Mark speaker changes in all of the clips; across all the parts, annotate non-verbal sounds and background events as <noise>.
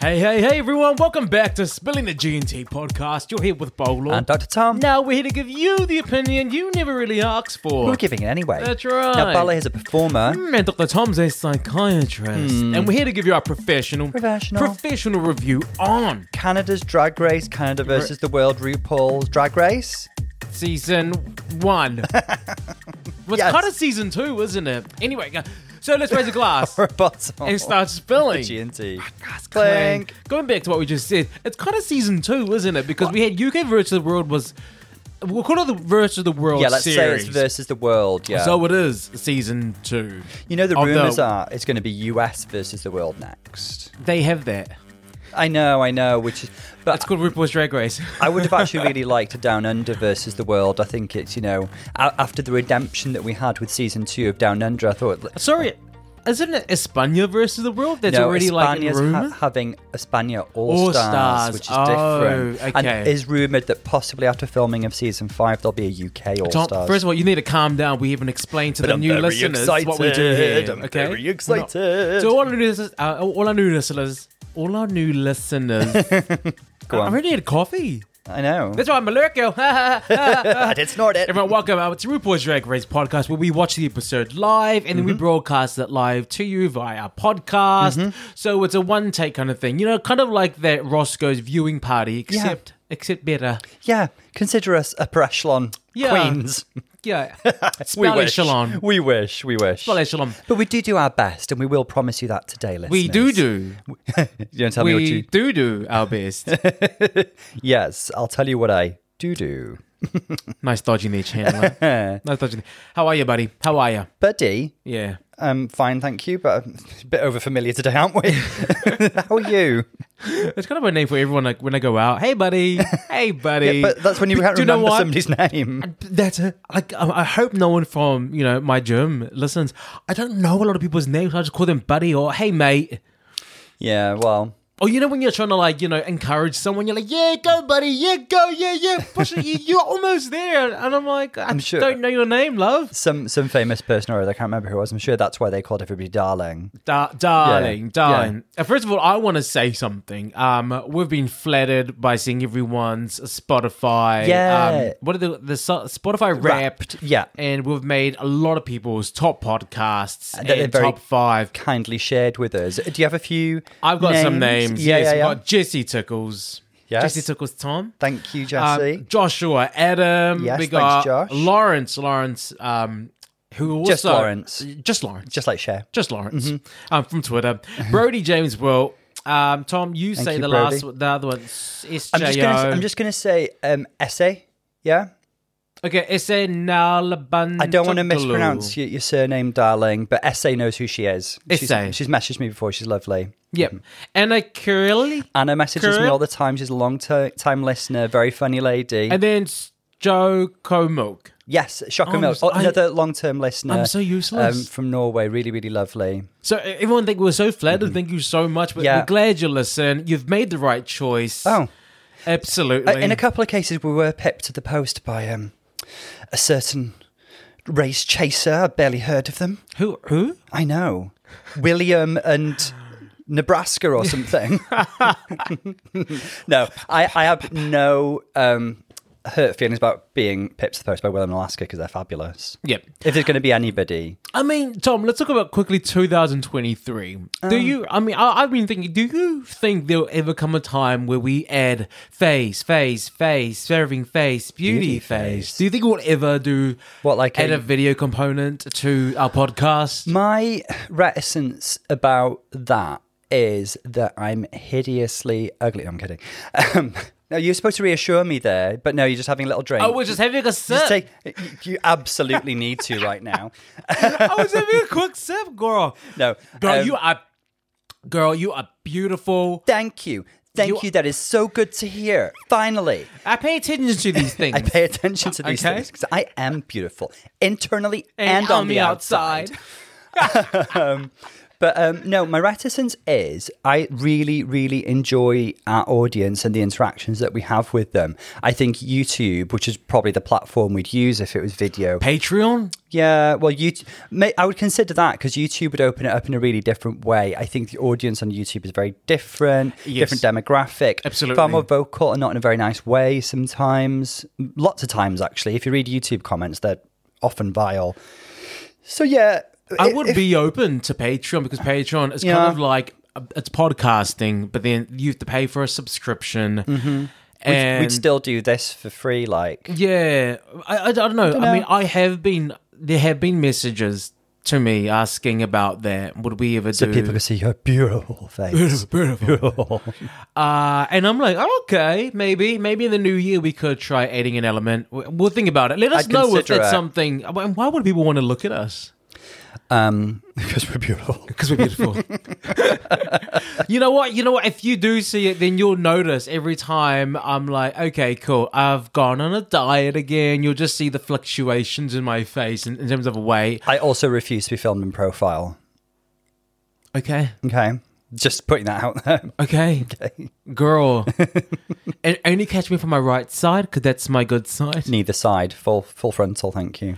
Speaker 1: Hey, hey, hey, everyone! Welcome back to Spilling the G&T podcast. You're here with Bowler.
Speaker 2: And um, Dr. Tom.
Speaker 1: now we're here to give you the opinion you never really asked for.
Speaker 2: We're giving it anyway.
Speaker 1: That's right.
Speaker 2: Now, Bala is a performer.
Speaker 1: Mm, And Dr. Tom's a psychiatrist, and we're here to give you our professional,
Speaker 2: Hmm. Professional.
Speaker 1: professional review on
Speaker 2: Canada's Drag Race, Canada versus the world, RuPaul's Drag Race.
Speaker 1: season
Speaker 2: <laughs>
Speaker 1: one. well, it's
Speaker 2: Yes.
Speaker 1: kind of season two, isn't it? Anyway, go- so let's raise a
Speaker 2: <laughs>
Speaker 1: glass
Speaker 2: Or a bottle.
Speaker 1: and start spilling.
Speaker 2: G&T.
Speaker 1: Podcast
Speaker 2: Clink.
Speaker 1: clang. Going back to what we just said, it's kind of season two, isn't it? Because we had UK versus the World was we'll call it the versus the World
Speaker 2: Yeah, let's say
Speaker 1: series.
Speaker 2: it's versus the world. Yeah.
Speaker 1: So uh, it is season two.
Speaker 2: you know, the
Speaker 1: Although-
Speaker 2: rumors are it's going to be US versus the world next.
Speaker 1: They have that.
Speaker 2: I know, I know, which is. But
Speaker 1: It's called RuPaul's Drag Race. <laughs>
Speaker 2: I would have actually really liked a Down Under versus the world. I think it's, you know, a- after the redemption that we had with season two of Down Under, I thought.
Speaker 1: Sorry, isn't it Espana versus the World? That's
Speaker 2: no,
Speaker 1: already like in
Speaker 2: Espana's ha-
Speaker 1: rumor.
Speaker 2: having Espana All
Speaker 1: All-Stars.
Speaker 2: Stars, which is
Speaker 1: Oh,
Speaker 2: different.
Speaker 1: okay.
Speaker 2: And it is rumored that possibly after filming of season five, there'll be a UK All
Speaker 1: Tom,
Speaker 2: Stars.
Speaker 1: first of all, you need to calm down. We haven't explained to the new listeners what we do here. okay?
Speaker 2: very
Speaker 1: We're
Speaker 2: excited.
Speaker 1: not- So all our new listeners, uh, all our new listeners, all our new listeners.
Speaker 2: <laughs> Go
Speaker 1: I
Speaker 2: on.
Speaker 1: already had coffee. <laughs>
Speaker 2: I know.
Speaker 1: That's why I'm
Speaker 2: <laughs>
Speaker 1: Malurko.
Speaker 2: I did snort it.
Speaker 1: Everyone, welcome out to RuPaul's Drag Race podcast, where we watch the episode live and then we
Speaker 2: Mm-hmm.
Speaker 1: broadcast it live to you via our podcast.
Speaker 2: Mm-hmm.
Speaker 1: So it's a one take kind of thing, you know, kind of like that Roscoe's viewing party, except except better.
Speaker 2: Yeah, consider us upper echelon
Speaker 1: Yeah.
Speaker 2: queens.
Speaker 1: <laughs> Yeah,
Speaker 2: We
Speaker 1: Spell
Speaker 2: wish.
Speaker 1: echelon.
Speaker 2: We wish. We wish.
Speaker 1: Spell echelon.
Speaker 2: But we do do our best, and we will promise you that today, listeners.
Speaker 1: We do do.
Speaker 2: You don't tell me what
Speaker 1: We
Speaker 2: you.
Speaker 1: do do our
Speaker 2: <laughs>
Speaker 1: best.
Speaker 2: Yes, I'll tell you what I do do.
Speaker 1: nice dodging there, Chandler.
Speaker 2: <laughs>
Speaker 1: nice dodging. There. How are you, buddy? How are you?
Speaker 2: Buddy,
Speaker 1: Yeah.
Speaker 2: Um, fine, thank you, but I'm <laughs> a bit overfamiliar today, aren't we? <laughs> How are you?
Speaker 1: That's kind of a name for everyone. Like when I go out, hey
Speaker 2: <laughs>
Speaker 1: buddy, hey buddy.
Speaker 2: But that's when you can't
Speaker 1: do you know
Speaker 2: remember
Speaker 1: what?
Speaker 2: somebody's name.
Speaker 1: That's a, like I I hope no one from you know my gym listens. I don't know a lot of people's names. I just call them buddy or hey mate.
Speaker 2: Yeah, well,
Speaker 1: Or you know when you're trying to like you know encourage someone, you're like yeah go buddy, yeah go, yeah yeah push it, you, you're almost there. And I'm like I
Speaker 2: sure-
Speaker 1: don't know your name, love.
Speaker 2: some some famous person or other, I can't remember who it was. I'm sure that's why they called everybody darling.
Speaker 1: Dar- darling,
Speaker 2: Yeah,
Speaker 1: darling. Uh, First of all, I want to say something. Um, we've been flattered by seeing everyone's Spotify.
Speaker 2: Yeah.
Speaker 1: Um, what are the the so- Spotify Wrapped?
Speaker 2: yeah.
Speaker 1: And we've made a lot of people's top podcasts
Speaker 2: that they're
Speaker 1: and
Speaker 2: very-
Speaker 1: top five.
Speaker 2: Kindly shared with us. Do you have a few?
Speaker 1: I've got some names.
Speaker 2: Yeah,
Speaker 1: yes,
Speaker 2: yeah,
Speaker 1: I've
Speaker 2: yeah.
Speaker 1: got Jesse Tickles.
Speaker 2: Yes.
Speaker 1: Jesse Tickles Tom.
Speaker 2: Thank you,
Speaker 1: Um,
Speaker 2: Jesse.
Speaker 1: Joshua Adam.
Speaker 2: Yes,
Speaker 1: we
Speaker 2: thanks,
Speaker 1: got
Speaker 2: Josh.
Speaker 1: Lawrence. Lawrence. Um, who also
Speaker 2: Just Lawrence.
Speaker 1: Just Lawrence.
Speaker 2: Just like share.
Speaker 1: Just Lawrence.
Speaker 2: Mm-hmm.
Speaker 1: Um, from
Speaker 2: <laughs>
Speaker 1: Twitter. Brody James Will. Um, Tom, you say
Speaker 2: you,
Speaker 1: the
Speaker 2: Brody.
Speaker 1: last one- the other one. SJO.
Speaker 2: I'm just gonna. I'm just gonna say um, essay. Yeah,
Speaker 1: okay. Essay Nalaban.
Speaker 2: I don't want to mispronounce your, your surname, darling, but essay knows who she is. She's-
Speaker 1: Essay.
Speaker 2: She's, messaged me before. She's lovely.
Speaker 1: Yep. Anna Curley.
Speaker 2: Anna messages me
Speaker 1: Correct.
Speaker 2: all the time. She's a long ter- time listener, very funny lady.
Speaker 1: And then S- Joe Komok.
Speaker 2: yes, Shocker
Speaker 1: I'm
Speaker 2: Milk,
Speaker 1: s-
Speaker 2: oh,
Speaker 1: I-
Speaker 2: another long term listener. um,
Speaker 1: I'm so useless.
Speaker 2: from Norway, really, really lovely.
Speaker 1: So e, everyone, think we're so flattered. Thank you so much. We're,
Speaker 2: Mm-hmm. Yeah.
Speaker 1: we're glad you listen. You've made the right choice.
Speaker 2: Oh, Uh,
Speaker 1: absolutely.
Speaker 2: in a couple of cases, we were pipped to the post by um, a certain race chaser. I barely heard of them.
Speaker 1: who? Who?
Speaker 2: I know. William and Nebraska
Speaker 1: <laughs>
Speaker 2: or something. <laughs> no, I, I have no um, hurt feelings about being pipped to the post by William and Alaska because they're fabulous.
Speaker 1: Yep.
Speaker 2: If there's going to be anybody,
Speaker 1: I mean, Tom. Let's talk about quickly 2023.
Speaker 2: Um.
Speaker 1: do you? I mean, I, I've been thinking. Do you think there'll ever come a time where we add face, face, face, serving face, beauty,
Speaker 2: Beauty
Speaker 1: face.
Speaker 2: face.
Speaker 1: Do you think we'll ever do
Speaker 2: What, Mm. like
Speaker 1: add
Speaker 2: a-
Speaker 1: a, video component to our podcast?
Speaker 2: my reticence about that is that I'm hideously ugly. No, I'm kidding. Um, no, you're supposed to reassure me there, but no, you're just having a little drink.
Speaker 1: I was Oh, just having a sip.
Speaker 2: Just
Speaker 1: <laughs>
Speaker 2: take- you absolutely need to right now.
Speaker 1: I was having a quick sip, girl.
Speaker 2: No,
Speaker 1: <laughs> Girl,
Speaker 2: um,
Speaker 1: you are, girl, you are beautiful.
Speaker 2: Thank you. Thank
Speaker 1: You-
Speaker 2: you. That is so good to hear. Finally,
Speaker 1: I pay attention to these things.
Speaker 2: <laughs> I pay attention to these
Speaker 1: Okay.
Speaker 2: things because I am beautiful internally and,
Speaker 1: And
Speaker 2: on, the outside. But um, no, my reticence is I really, really enjoy our audience and the interactions that we have with them. I think YouTube, which is probably the platform we'd use if it was video.
Speaker 1: Patreon?
Speaker 2: Yeah, well, you, may, I would consider that because YouTube would open it up in a really different way. I think the audience on YouTube is very different,
Speaker 1: Yes.
Speaker 2: different demographic,
Speaker 1: Absolutely.
Speaker 2: far more vocal and not in a very nice way. Sometimes, lots of times actually, if you read YouTube comments, they're often vile. So yeah,
Speaker 1: I
Speaker 2: it-
Speaker 1: would
Speaker 2: if-
Speaker 1: be open to Patreon because Patreon is
Speaker 2: Yeah.
Speaker 1: kind of like uh, it's podcasting, but then you have to pay for a subscription. And
Speaker 2: Mm-hmm. We'd still do this for free, like
Speaker 1: yeah, I, I, don't know. I,
Speaker 2: know.
Speaker 1: mean, I have been there have been messages to me asking about that. Would we ever do? <laughs>
Speaker 2: people can see your beautiful face.
Speaker 1: Uh, and I'm like, oh, okay, maybe, maybe in the new year we could try adding an element. We- We'll think about it. Let us
Speaker 2: I'd
Speaker 1: know if
Speaker 2: consider
Speaker 1: that's
Speaker 2: it.
Speaker 1: something. And why would people want to look at us?
Speaker 2: um, because we're beautiful.
Speaker 1: Because we're beautiful. you know what? You know what? If you do see it, then you'll notice every time I'm like, okay, cool. I've gone on a diet again. You'll just see the fluctuations in my face in, in terms of weight.
Speaker 2: I also refuse to be filmed in profile.
Speaker 1: Okay.
Speaker 2: Okay, just putting that out there.
Speaker 1: Okay. Girl. <laughs> and only catch me from my right side because that's my good side.
Speaker 2: Neither side, full full frontal. Thank you.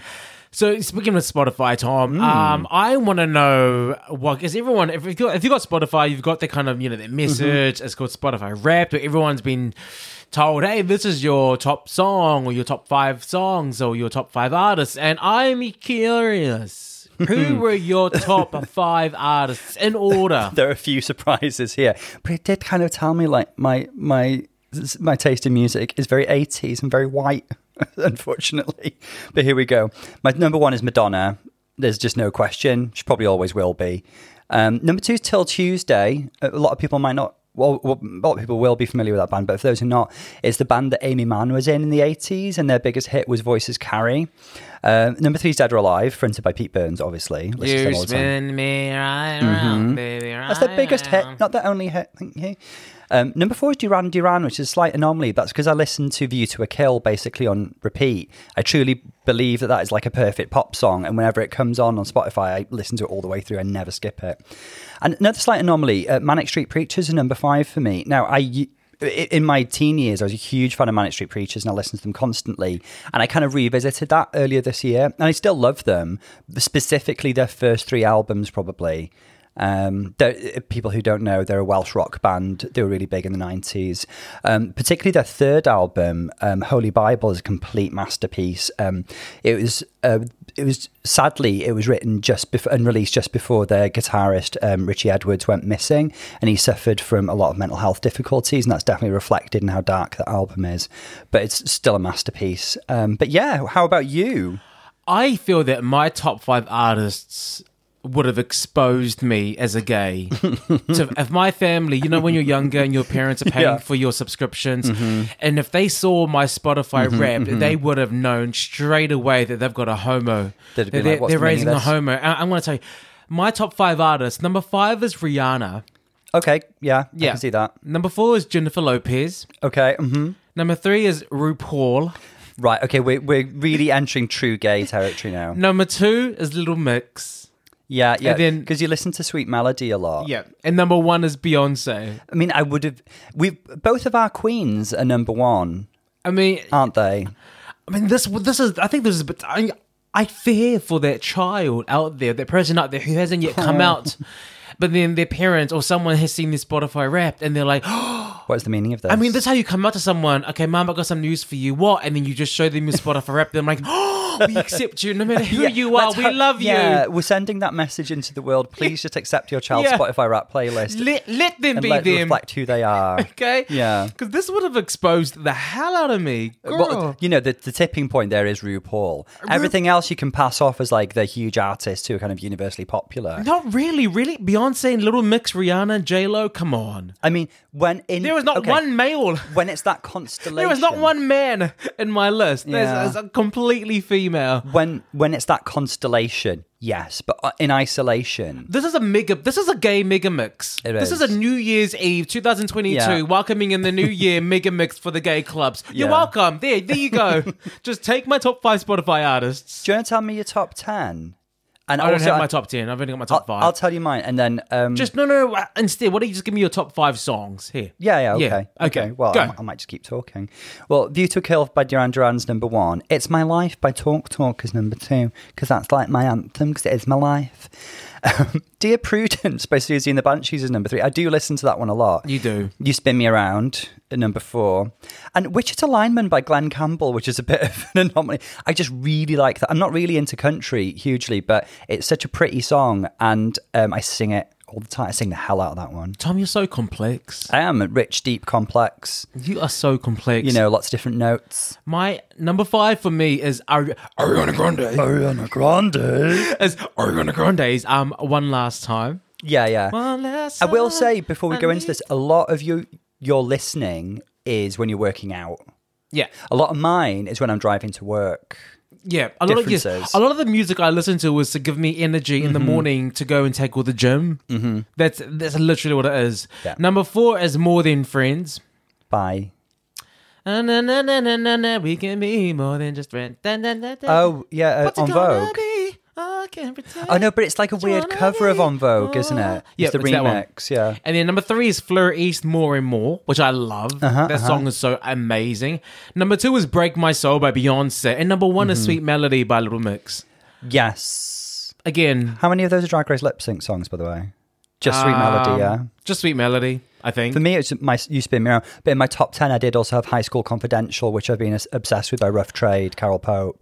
Speaker 1: So speaking of Spotify,
Speaker 2: Hmm.
Speaker 1: Tom, um, I want to know what because everyone, if you've, got, if you've got Spotify, you've got the kind of you know that
Speaker 2: Mm-hmm.
Speaker 1: message. It's called Spotify Wrapped, where everyone's been told, "Hey, this is your top song, or your top five songs, or your top five artists." And I'm
Speaker 2: <laughs>
Speaker 1: curious, who were your top five artists in
Speaker 2: <laughs>
Speaker 1: order?
Speaker 2: There are a few surprises here, but it did kind of tell me like my my my taste in music is very eighties and very white, <laughs> unfortunately. But here we go. My number one is Madonna. There's just no question. She probably always will be. Um, number two is Till Tuesday. A lot of people might not. Well, well, a lot of people will be familiar with that band, but for those who are not, it's the band that Amy Mann was in in the 80s, and their biggest hit was Voices Carry. Um, number three is Dead or Alive, fronted by Pete Burns, obviously. Listen to them
Speaker 1: You
Speaker 2: all the time.
Speaker 1: spin me right around, baby.
Speaker 2: Mm-hmm. That's their
Speaker 1: right
Speaker 2: biggest hit,
Speaker 1: round.
Speaker 2: not their only hit. Thank you. Um, number four is Duran Duran, which is a slight anomaly. That's because I listened to View to a Kill basically on repeat. I truly believe that that is like a perfect pop song, and whenever it comes on on Spotify, I listen to it all the way through. I never skip it. And another slight anomaly: uh, Manic Street Preachers are number five for me. Now, I i- in my teen years, I was a huge fan of Manic Street Preachers and I listened to them constantly. And I kind of revisited that earlier this year. And I still love them, specifically their first three albums, probably. Um, they're- people who don't know, they're a Welsh rock band. They were really big in the 90s. Um, particularly their third album, um, Holy Bible, is a complete masterpiece. Um, it was uh, it was sadly it was written just before and released just before their guitarist um, Richie Edwards went missing, and he suffered from a lot of mental health difficulties, and that's definitely reflected in how dark that album is. But it's still a masterpiece. Um, but yeah, how about you?
Speaker 1: I feel that my top five artists would have exposed me as a
Speaker 2: <laughs>
Speaker 1: gay. so if my family, you know, when you're younger and your parents are paying
Speaker 2: Yeah. Mm-hmm.
Speaker 1: for your subscriptions, and if they saw my Spotify rap, they would have known straight away that they've got a homo.
Speaker 2: They'd have been
Speaker 1: They're-
Speaker 2: like, "What's
Speaker 1: they're
Speaker 2: the meaning
Speaker 1: raising a
Speaker 2: of this?"
Speaker 1: homo. I- I'm going to tell you, my top five artists. Number five is Rihanna.
Speaker 2: Okay, yeah, yeah, I
Speaker 1: Yeah,
Speaker 2: can see that.
Speaker 1: Number four is Jennifer Lopez.
Speaker 2: Okay, hmm
Speaker 1: Number three is RuPaul.
Speaker 2: right. Okay, we're we're
Speaker 1: <laughs>
Speaker 2: really entering true gay territory now.
Speaker 1: Number two is Little Mix.
Speaker 2: Yeah, yeah,
Speaker 1: then-
Speaker 2: because you listen to Sweet Melody a lot.
Speaker 1: Yeah, and number one is Beyonce.
Speaker 2: I mean, I would have. We both of our queens are number one,
Speaker 1: I mean,
Speaker 2: aren't they?
Speaker 1: I mean, this this is. I think this is. But I, I fear for that child out there, that person out there who hasn't yet come out, but then their parents or someone has seen this Spotify Wrapped, and they're like, "Oh,
Speaker 2: What's the meaning of this?
Speaker 1: I mean, that's how you come out to someone. Okay, mom, I got some news for you. What? And then you just show them your Spotify Wrapped. and I'm like, oh,
Speaker 2: <laughs>
Speaker 1: we accept you, no matter who
Speaker 2: Yeah,
Speaker 1: you are.
Speaker 2: let's
Speaker 1: We
Speaker 2: ho-
Speaker 1: love
Speaker 2: Yeah,
Speaker 1: you.
Speaker 2: we're sending that message into the world. Please just accept your child's
Speaker 1: Yeah.
Speaker 2: Spotify rap playlist
Speaker 1: Let let them
Speaker 2: and
Speaker 1: be
Speaker 2: let it
Speaker 1: them.
Speaker 2: reflect who they are.
Speaker 1: Okay.
Speaker 2: Yeah.
Speaker 1: Because this would have exposed the hell out of me, <laughs> girl.
Speaker 2: Well, you know, the, the tipping point there is RuPaul. Everything else you can pass off as like the huge artists who are kind of universally popular.
Speaker 1: not really, really. Beyonce and Little Mix, Rihanna, J Lo. Come on,
Speaker 2: I mean, when in
Speaker 1: there was not
Speaker 2: okay,
Speaker 1: one male.
Speaker 2: when it's that constellation.
Speaker 1: There is not one man in my list. There's,
Speaker 2: Yeah.
Speaker 1: there's a completely female.
Speaker 2: When when it's that constellation, yes, but uh, in isolation,
Speaker 1: This is a mega. This is a gay mega mix.
Speaker 2: It
Speaker 1: this is. a
Speaker 2: is.
Speaker 1: New Year's Eve 2022
Speaker 2: Yeah.
Speaker 1: welcoming in the
Speaker 2: <laughs>
Speaker 1: new year mega mix for the gay clubs. You're
Speaker 2: Yeah.
Speaker 1: welcome.
Speaker 2: <laughs>
Speaker 1: There, there you go. Just take my top five Spotify artists.
Speaker 2: Do you want to tell me your top 10? And
Speaker 1: I don't
Speaker 2: also,
Speaker 1: have
Speaker 2: I-
Speaker 1: my top ten. I've only got my top
Speaker 2: I'll,
Speaker 1: 5
Speaker 2: I'll tell you mine, and then um,
Speaker 1: just no, no, no. uh, Instead, why don't you just give me your top five songs here?
Speaker 2: Yeah, yeah, okay.
Speaker 1: Yeah, okay,
Speaker 2: okay. Well,
Speaker 1: go.
Speaker 2: I, I might just keep talking. Well, View to a Kill by Duran Duran's number one. It's My Life by Talk Talk is number two, because that's like my anthem, because it is my life. Um, <laughs> Dear Prudence by Susie and the Banshees is number three. I do listen to that one a lot.
Speaker 1: You do.
Speaker 2: You Spin Me Around at number four. And Wichita Lineman by Glenn Campbell, which is a <laughs> bit of an anomaly. I just really like that. I'm not really into country hugely, but it's such a pretty song, and um, I sing it all the time. I sing the hell out of that one.
Speaker 1: Tom, you're so complex.
Speaker 2: I am a rich, deep, complex.
Speaker 1: You are so complex.
Speaker 2: You know, lots of different notes.
Speaker 1: my number five for me is Ari- Ariana Grande.
Speaker 2: Ariana Grande.
Speaker 1: Is Ariana Grande's um one last time.
Speaker 2: Yeah, yeah.
Speaker 1: One last.
Speaker 2: I will
Speaker 1: time.
Speaker 2: say before we
Speaker 1: I
Speaker 2: go into
Speaker 1: need-
Speaker 2: this, a lot of you your listening is when you're working out.
Speaker 1: Yeah,
Speaker 2: A lot of mine is when I'm driving to work.
Speaker 1: yeah. A lot of yes,
Speaker 2: Differences. Mm-hmm.
Speaker 1: a lot of the music I listen to was to give me energy in the morning to go and tackle the gym. Mm-hmm. That's that's literally what it is.
Speaker 2: Yeah.
Speaker 1: Number four is More Than Friends.
Speaker 2: Bye.
Speaker 1: Na, na, na, na, na, na, na, we can be more than just friends. Da, da, da, da.
Speaker 2: Oh yeah, uh,
Speaker 1: What's it
Speaker 2: on
Speaker 1: gonna
Speaker 2: Vogue.
Speaker 1: be? I can't pretend.
Speaker 2: Oh no, but it's like a weird
Speaker 1: gonna
Speaker 2: cover of
Speaker 1: be
Speaker 2: On Vogue, isn't
Speaker 1: more-
Speaker 2: it? It's
Speaker 1: Yeah,
Speaker 2: the
Speaker 1: it's that one.
Speaker 2: remix. Yeah.
Speaker 1: And then number three is Fleur East More and More, which I love.
Speaker 2: Uh-huh,
Speaker 1: that song is so amazing. Number two is Break My Soul by Beyonce. And number one
Speaker 2: Mm-hmm.
Speaker 1: is Sweet Melody by Little Mix.
Speaker 2: Yes.
Speaker 1: Again,
Speaker 2: How many of those are Drag Race lip sync songs, by the way? Just Sweet Melody.
Speaker 1: um,
Speaker 2: Yeah.
Speaker 1: Just Sweet Melody, I think.
Speaker 2: For me, it's my you spin me around. But in my top ten, I did also have High School Confidential, which I've been as- obsessed with by Rough Trade, Carol Pope.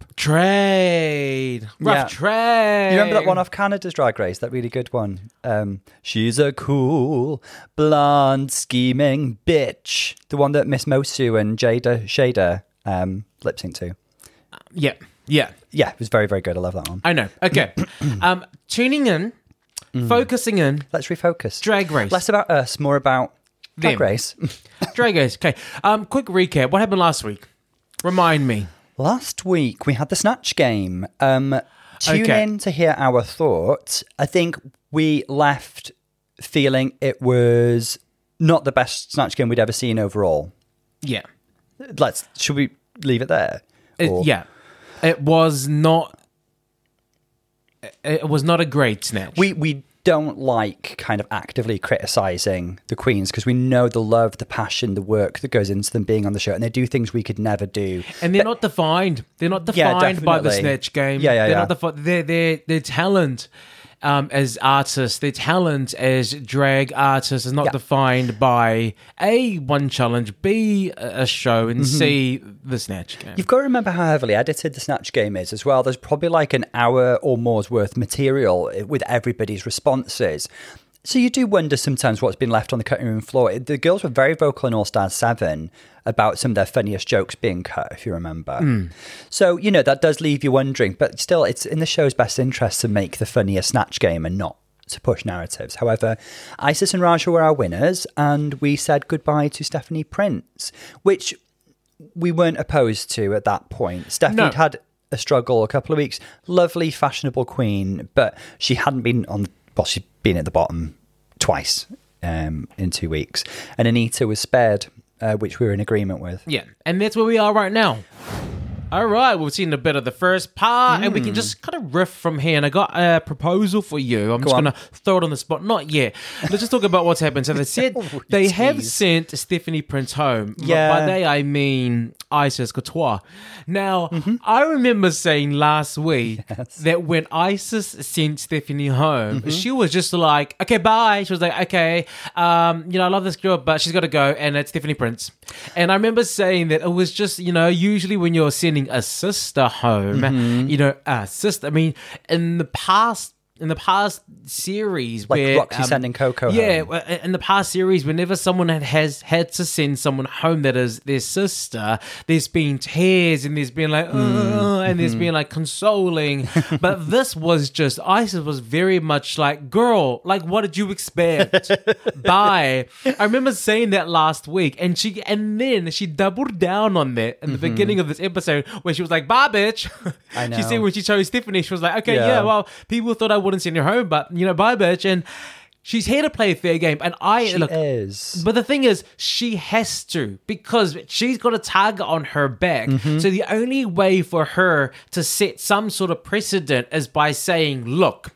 Speaker 1: trade. Rough
Speaker 2: Yeah.
Speaker 1: trade.
Speaker 2: You remember that one off Canada's Drag Race, that really good one? Um, She's a cool, blonde, scheming bitch. The one that Miss Mosu and Jada Shader um, lip sync to.
Speaker 1: Yeah. Yeah.
Speaker 2: Yeah, it was very, very good. I love that one.
Speaker 1: I know. Okay.
Speaker 2: <clears throat>
Speaker 1: um, tuning in, Mm. focusing in,
Speaker 2: Let's refocus.
Speaker 1: Drag Race.
Speaker 2: Less about us, more about Drag
Speaker 1: Them.
Speaker 2: Race.
Speaker 1: Drag Race. Okay. Um, quick recap. What happened last week? Remind me.
Speaker 2: Last week we had the snatch game. Um, tune
Speaker 1: Okay.
Speaker 2: in to hear our thoughts. I think we left feeling it was not the best snatch game we'd ever seen overall.
Speaker 1: Yeah.
Speaker 2: Let's should we leave it there?
Speaker 1: It,
Speaker 2: Or-
Speaker 1: Uh, yeah. It was not. it- It was not a great snatch.
Speaker 2: we we don't like kind of actively criticizing the queens because we know the love, the passion, the work that goes into them being on the show, and they do things we could never do.
Speaker 1: and they're not defined. They're not defined by the
Speaker 2: definitely.
Speaker 1: snatch game.
Speaker 2: Yeah, yeah,
Speaker 1: They're
Speaker 2: yeah.
Speaker 1: not defi- Their their their talent um, as artists, their talent as drag artists, is not defined by a one challenge, b a a show, and c
Speaker 2: Mm-hmm.
Speaker 1: the snatch game.
Speaker 2: You've got to remember how heavily edited the Snatch Game is as well. There's probably like an hour or more's worth material with everybody's responses. So you do wonder sometimes what's been left on the cutting room floor. It- The girls were very vocal in All Stars 7 about some of their funniest jokes being cut, if you remember. So, you know, that does leave you wondering, but still, it's in the show's best interest to make the funniest Snatch Game and not to push narratives. However, Isis and Raja were our winners, and we said goodbye to Stephanie Prince, which we weren't opposed to at that point. Stephanie
Speaker 1: No.
Speaker 2: would had a struggle a couple of weeks. Lovely, fashionable queen, but she hadn't been on. Well, she'd been at the bottom twice um, in two weeks, and Anita was spared, uh, which we were in agreement with.
Speaker 1: Yeah, and that's where we are right now. All right, we've seen a bit of the first part, and we
Speaker 2: Mm.
Speaker 1: can just kind of riff from here. And I got a proposal for you. I'm just
Speaker 2: on.
Speaker 1: going to throw it on the spot. Not yet. Let's just talk about what's happened. So
Speaker 2: <laughs>
Speaker 1: they said
Speaker 2: Oh,
Speaker 1: they have
Speaker 2: geez.
Speaker 1: sent Stephanie Prince home. M- By
Speaker 2: Yeah.
Speaker 1: they, I mean Isis Couture. Now,
Speaker 2: Mm-hmm.
Speaker 1: I remember saying last
Speaker 2: <laughs>
Speaker 1: week that when Isis sent Stephanie home,
Speaker 2: Mm-hmm.
Speaker 1: she was just like, okay, bye. She was like, okay, um, you know, I love this girl, but she's got to go. And it's Stephanie Prince. And I remember saying that it was just, you know, usually when you're sending a sister home,
Speaker 2: Mm-hmm.
Speaker 1: you know, a sister, I mean, in the past, in the past series,
Speaker 2: Like
Speaker 1: where um,
Speaker 2: Roxy sending Coco
Speaker 1: yeah,
Speaker 2: home.
Speaker 1: well, in the past series, whenever someone had- has had to send someone home that is their sister, there's been tears and there's been like,
Speaker 2: Mm.
Speaker 1: oh, and
Speaker 2: Mm-hmm.
Speaker 1: there's been like
Speaker 2: <laughs>
Speaker 1: consoling. but this was just, Isis was very much like, girl, like, what did you
Speaker 2: <laughs>
Speaker 1: expect? Bye. I remember saying that last week, and she, and then she doubled down on that in the beginning of this episode where she was like, bye, bitch.
Speaker 2: Mm-hmm.
Speaker 1: <laughs>
Speaker 2: I
Speaker 1: she said
Speaker 2: know.
Speaker 1: when she chose Stephanie, she was like, okay, yeah,
Speaker 2: Yeah.
Speaker 1: well, people thought I wouldn't send her home, but, you know, bye, bitch. And, She's here to play a fair game, and I
Speaker 2: She
Speaker 1: look.
Speaker 2: is.
Speaker 1: But the thing is, she has to because she's got a target on her back.
Speaker 2: Mm-hmm.
Speaker 1: So the only way for her to set some sort of precedent is by saying, "Look,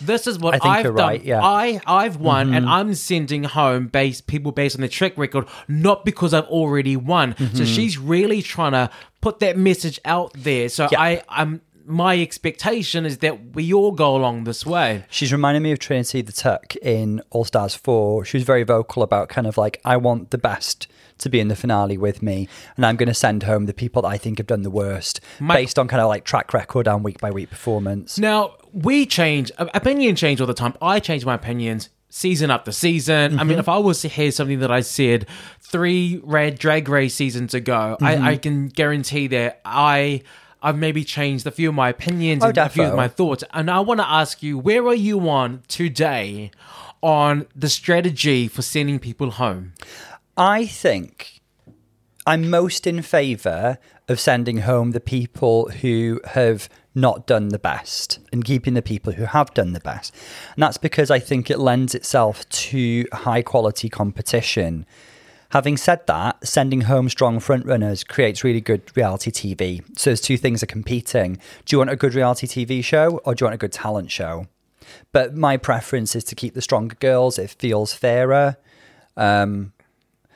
Speaker 1: this is what
Speaker 2: I think
Speaker 1: have
Speaker 2: you're
Speaker 1: done.
Speaker 2: right, yeah. Mm-hmm.
Speaker 1: I I've won, and I'm sending home based people based on their track record, not because I've already won."
Speaker 2: Mm-hmm.
Speaker 1: So she's really trying to put that message out there. So
Speaker 2: Yeah.
Speaker 1: I I'm. My expectation is that we all go along this way.
Speaker 2: She's reminding me of Trinity the Tuck in All Stars 4. She was very vocal about kind of like, I want the best to be in the finale with me, and I'm going to send home the people that I think have done the worst
Speaker 1: My-
Speaker 2: based on kind of like track record and week by week performance.
Speaker 1: Now we change uh, opinion change all the time. I change my opinions season after season. I mean, if I was to hear something that I said three red drag race seasons ago, I, I can guarantee that I. I've maybe changed a few of my opinions and a few of
Speaker 2: defo.
Speaker 1: my thoughts. And I want to ask you, where are you on today on the strategy for sending people home?
Speaker 2: I think I'm most in favour of sending home the people who have not done the best and keeping the people who have done the best. And that's because I think it lends itself to high quality competition. Having said that, sending home strong frontrunners creates really good reality TV. So those two things are competing. Do you want a good reality TV show or do you want a good talent show? But my preference is to keep the stronger girls. It feels fairer.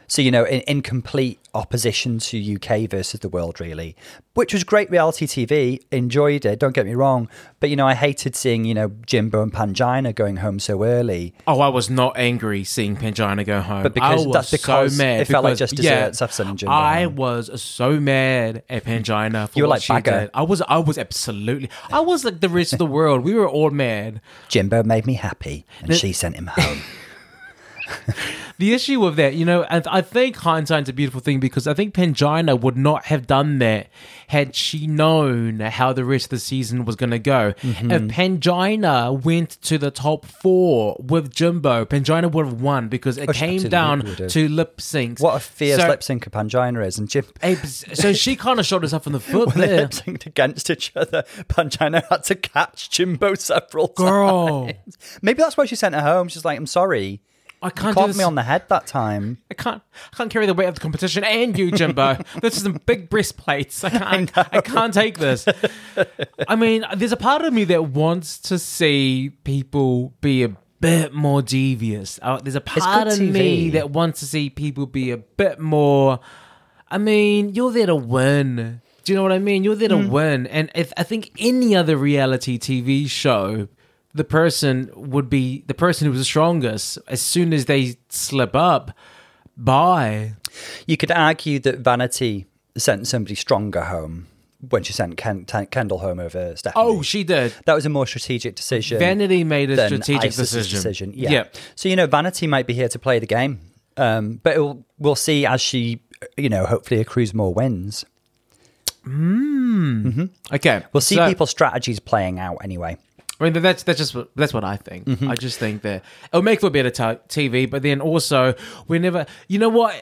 Speaker 2: So, you know, in, in complete opposition to UK versus the world, really, which was great reality TV. Enjoyed it, don't get me wrong. But, you know, I hated seeing, you know, Jimbo and Pangina going home so early.
Speaker 1: Oh, I was not angry seeing Pangina go home. But
Speaker 2: because-
Speaker 1: I was
Speaker 2: that's because
Speaker 1: so mad
Speaker 2: it felt like
Speaker 1: because-
Speaker 2: just desserts after sending Jimbo
Speaker 1: I
Speaker 2: home.
Speaker 1: was so mad at Pangina. For
Speaker 2: You were
Speaker 1: what
Speaker 2: like,
Speaker 1: she
Speaker 2: "Bagger."
Speaker 1: did. I was. I was absolutely. I was like the rest of the world. We were all mad.
Speaker 2: Jimbo made me happy and she sent him home.
Speaker 1: The issue with that, you know, and I think hindsight's a beautiful thing because I think Pangina would not have done that had she known how the rest of the season was going to go.
Speaker 2: Mm-hmm.
Speaker 1: If Pangina went to the top four with Jimbo, Pangina would have won because it
Speaker 2: Oh, she
Speaker 1: came
Speaker 2: absolutely
Speaker 1: down
Speaker 2: would have.
Speaker 1: to lip syncs.
Speaker 2: <laughs> What a fierce
Speaker 1: So-
Speaker 2: lip sync Pangina is. And Jim, <laughs>
Speaker 1: Hey, so she kind of shot herself in the foot
Speaker 2: when they
Speaker 1: there.
Speaker 2: lip synced against each other, Pangina had to catch Jimbo several
Speaker 1: Girl.
Speaker 2: times. Maybe that's why she sent her home. She's like, I'm sorry.
Speaker 1: I can't do
Speaker 2: Caught
Speaker 1: this.
Speaker 2: me on the head that time.
Speaker 1: I can't. I can't carry the weight of the competition and you,
Speaker 2: <laughs>
Speaker 1: Jimbo. this is some big breastplates. I can't. I, can't take this. I mean, there's a part of me that wants to see people be a bit more devious. Uh, there's a part of
Speaker 2: good
Speaker 1: me
Speaker 2: TV.
Speaker 1: that wants to see people be a bit more. I mean, you're there to win. Do you know what I mean? You're there to win. And if I think any other reality TV show, the person would be the person who was the strongest as soon as they slip up. Bye.
Speaker 2: You could argue that Vanity sent somebody stronger home when she sent Ken, Ten- Kendall home over Stephanie.
Speaker 1: Oh, she did.
Speaker 2: that was a more strategic decision.
Speaker 1: Vanity made a
Speaker 2: than
Speaker 1: strategic
Speaker 2: Isis's
Speaker 1: decision.
Speaker 2: Yeah.
Speaker 1: Yeah.
Speaker 2: So you know, Vanity might be here to play the game, um, but it'll, we'll see as she, you know, hopefully accrues more wins.
Speaker 1: Okay.
Speaker 2: We'll see
Speaker 1: so-
Speaker 2: people's strategies playing out anyway.
Speaker 1: I mean, that's that's just what, that's what I think.
Speaker 2: Mm-hmm.
Speaker 1: I just think that it'll make for better t- TV, but then also we never. You know what?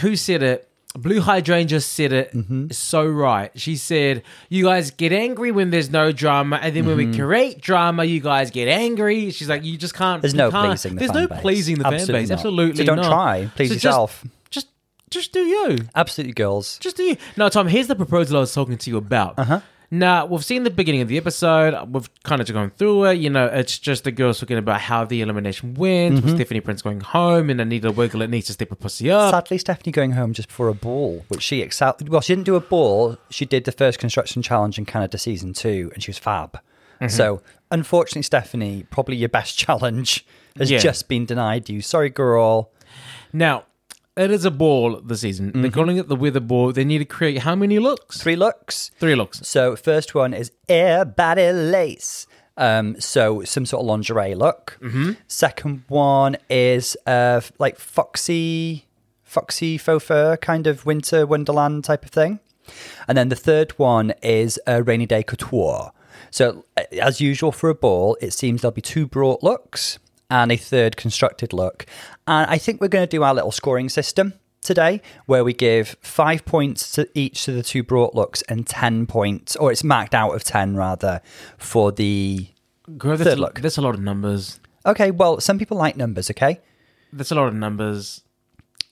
Speaker 1: Who said it? Blue Hydrangea said it
Speaker 2: Mm-hmm.
Speaker 1: so right. She said, "You guys get angry when there's no drama, and then when we
Speaker 2: Mm-hmm.
Speaker 1: create drama, you guys get angry." She's like, "You just can't.
Speaker 2: There's
Speaker 1: you
Speaker 2: no
Speaker 1: can't-
Speaker 2: pleasing the
Speaker 1: There's
Speaker 2: fan
Speaker 1: no
Speaker 2: base.
Speaker 1: pleasing the fan
Speaker 2: Absolutely
Speaker 1: base.
Speaker 2: not.
Speaker 1: Absolutely.
Speaker 2: So don't
Speaker 1: not.
Speaker 2: try. Please
Speaker 1: just-
Speaker 2: yourself.
Speaker 1: Just, just do you.
Speaker 2: Absolutely, girls.
Speaker 1: Just do you. No, Tom, here's the proposal I was talking to you about. Uh-huh. Now, we've seen the beginning of the episode. We've kind of just gone through it. You know, it's just the girls talking about how the elimination went,
Speaker 2: Mm-hmm.
Speaker 1: with Stephanie Prince going home, and Anita Wiglet needs to step her pussy up.
Speaker 2: Sadly, Stephanie going home just before a ball, which she excelled. Well, she didn't do a ball. She did the first construction challenge in Canada season two, and she was fab. So, unfortunately, Stephanie, probably your best <laughs> challenge has
Speaker 1: Yeah.
Speaker 2: just been denied you. Sorry, girl.
Speaker 1: Now, it is a ball this season. They're calling it the weather ball. They need to create how many looks?
Speaker 2: Mm-hmm. Three looks.
Speaker 1: Three looks.
Speaker 2: So, first one is air body lace. Um, so some sort of lingerie look. Second one is uh, like foxy, foxy faux fur kind of winter wonderland type of thing. And then the third one is a rainy day couture. So uh, as usual for a ball, it seems there'll be two brought looks and a third constructed look. And I think we're going to do our little scoring system today where we give five points to each of the two brought looks and 10 points, or it's marked out of 10 rather, for the
Speaker 1: Girl, that's,
Speaker 2: Third
Speaker 1: a,
Speaker 2: look.
Speaker 1: that's a lot of numbers.
Speaker 2: Okay, well, some people like numbers, okay?
Speaker 1: That's a lot of numbers.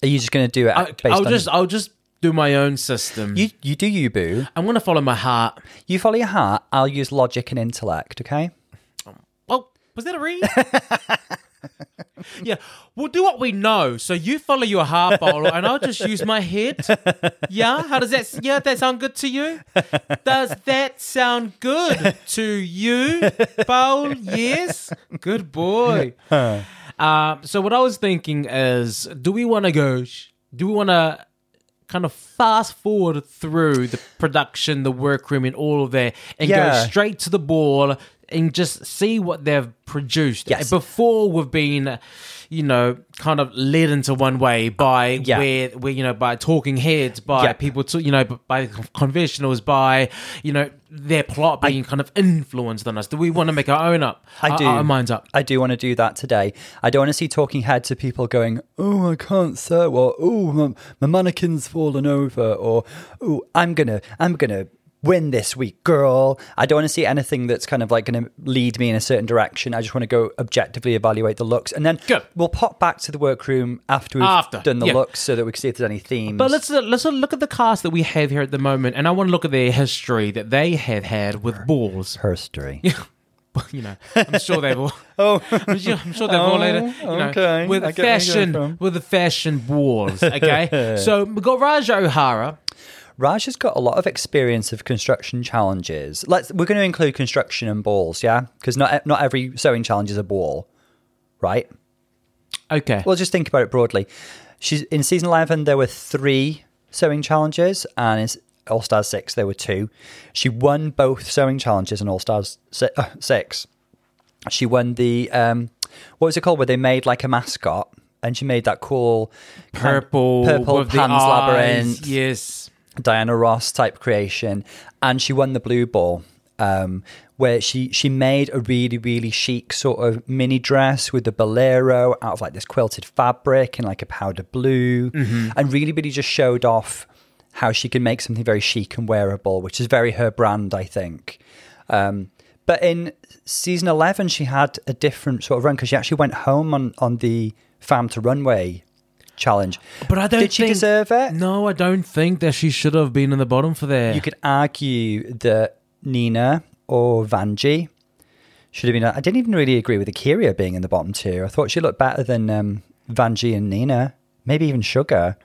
Speaker 2: Are you just going to do it
Speaker 1: I,
Speaker 2: based
Speaker 1: I'll
Speaker 2: on...
Speaker 1: just I'll just do my own system.
Speaker 2: You, you do you, boo.
Speaker 1: I'm gonna follow my heart.
Speaker 2: You follow your heart, I'll use logic and intellect, okay?
Speaker 1: Oh, was that a read? yeah, we'll do what we know. So you follow your heart, Bolo, and I'll just use my head. Yeah, how does that? s- Yeah, that sound good to you? Does that sound good to you, Bolo? Yes, good boy. Um, so what I was thinking is, do we want to go? sh- Do we want to kind of fast forward through the production, the workroom, and all of that, and
Speaker 2: Yeah.
Speaker 1: go straight to the ball and just see what they've produced
Speaker 2: Yes.
Speaker 1: before we've been, you know, kind of led into one way by
Speaker 2: Yeah.
Speaker 1: where, where you know by talking heads, by
Speaker 2: Yep.
Speaker 1: people, to, you know, b- by conventionals, by you know their plot being kind of influenced on us. Do we want to make our own up?
Speaker 2: I
Speaker 1: Our-
Speaker 2: do.
Speaker 1: Our, minds up.
Speaker 2: I do want to do that today. I don't want to see talking heads of people going, "Oh, I can't sew," or "Oh, my, my mannequin's fallen over," or "Oh, I'm gonna, I'm gonna win this week, girl." I don't want to see anything that's kind of like going to lead me in a certain direction. I just want to go objectively evaluate the looks, and then
Speaker 1: Good.
Speaker 2: we'll pop back to the workroom after we've
Speaker 1: After,
Speaker 2: done the
Speaker 1: yeah.
Speaker 2: looks, so that we can see if there's any themes.
Speaker 1: But let's uh, let's look at the cast that we have here at the moment, and I want to look at their history that they have had with balls.
Speaker 2: history.
Speaker 1: <laughs> you know, I'm sure they've
Speaker 2: <laughs>
Speaker 1: all. oh, <laughs> I'm sure, I'm sure they've all had it. You know,
Speaker 2: Oh, okay. I
Speaker 1: with
Speaker 2: get where you're
Speaker 1: fashion,
Speaker 2: from.
Speaker 1: with the fashion
Speaker 2: <laughs>
Speaker 1: balls. Okay, so we got Raja O'Hara.
Speaker 2: Raj has got a lot of experience of construction challenges. Let's we're going to include construction and balls, yeah, because not not every sewing challenge is a ball, right?
Speaker 1: Okay,
Speaker 2: Well, just think about it broadly. She's in season eleven. There were three sewing challenges, and in All Stars six there were two. She won both sewing challenges in All Stars si- uh, six. She won the um, what was it called? Where they made like a mascot, and she made that cool kind-
Speaker 1: purple,
Speaker 2: purple
Speaker 1: with the
Speaker 2: Pan's
Speaker 1: eyes,
Speaker 2: labyrinth.
Speaker 1: Yes,
Speaker 2: Diana Ross type creation, and she won the blue ball. Um, where she she made a really really chic sort of mini dress with the bolero out of like this quilted fabric and like a powder blue,
Speaker 1: Mm-hmm.
Speaker 2: and really really just showed off how she can make something very chic and wearable, which is very her brand, I think. Um, but in season eleven, she had a different sort of run because she actually went home on on the farm to runway challenge.
Speaker 1: but I don't.
Speaker 2: Did she
Speaker 1: think-
Speaker 2: deserve it?
Speaker 1: No, I don't think that she should have been in the bottom for that.
Speaker 2: you could argue that Nina or Vanji should have been. I didn't even really agree with Akira being in the bottom tier. I thought she looked better than um, Vanji and Nina, maybe even Sugar.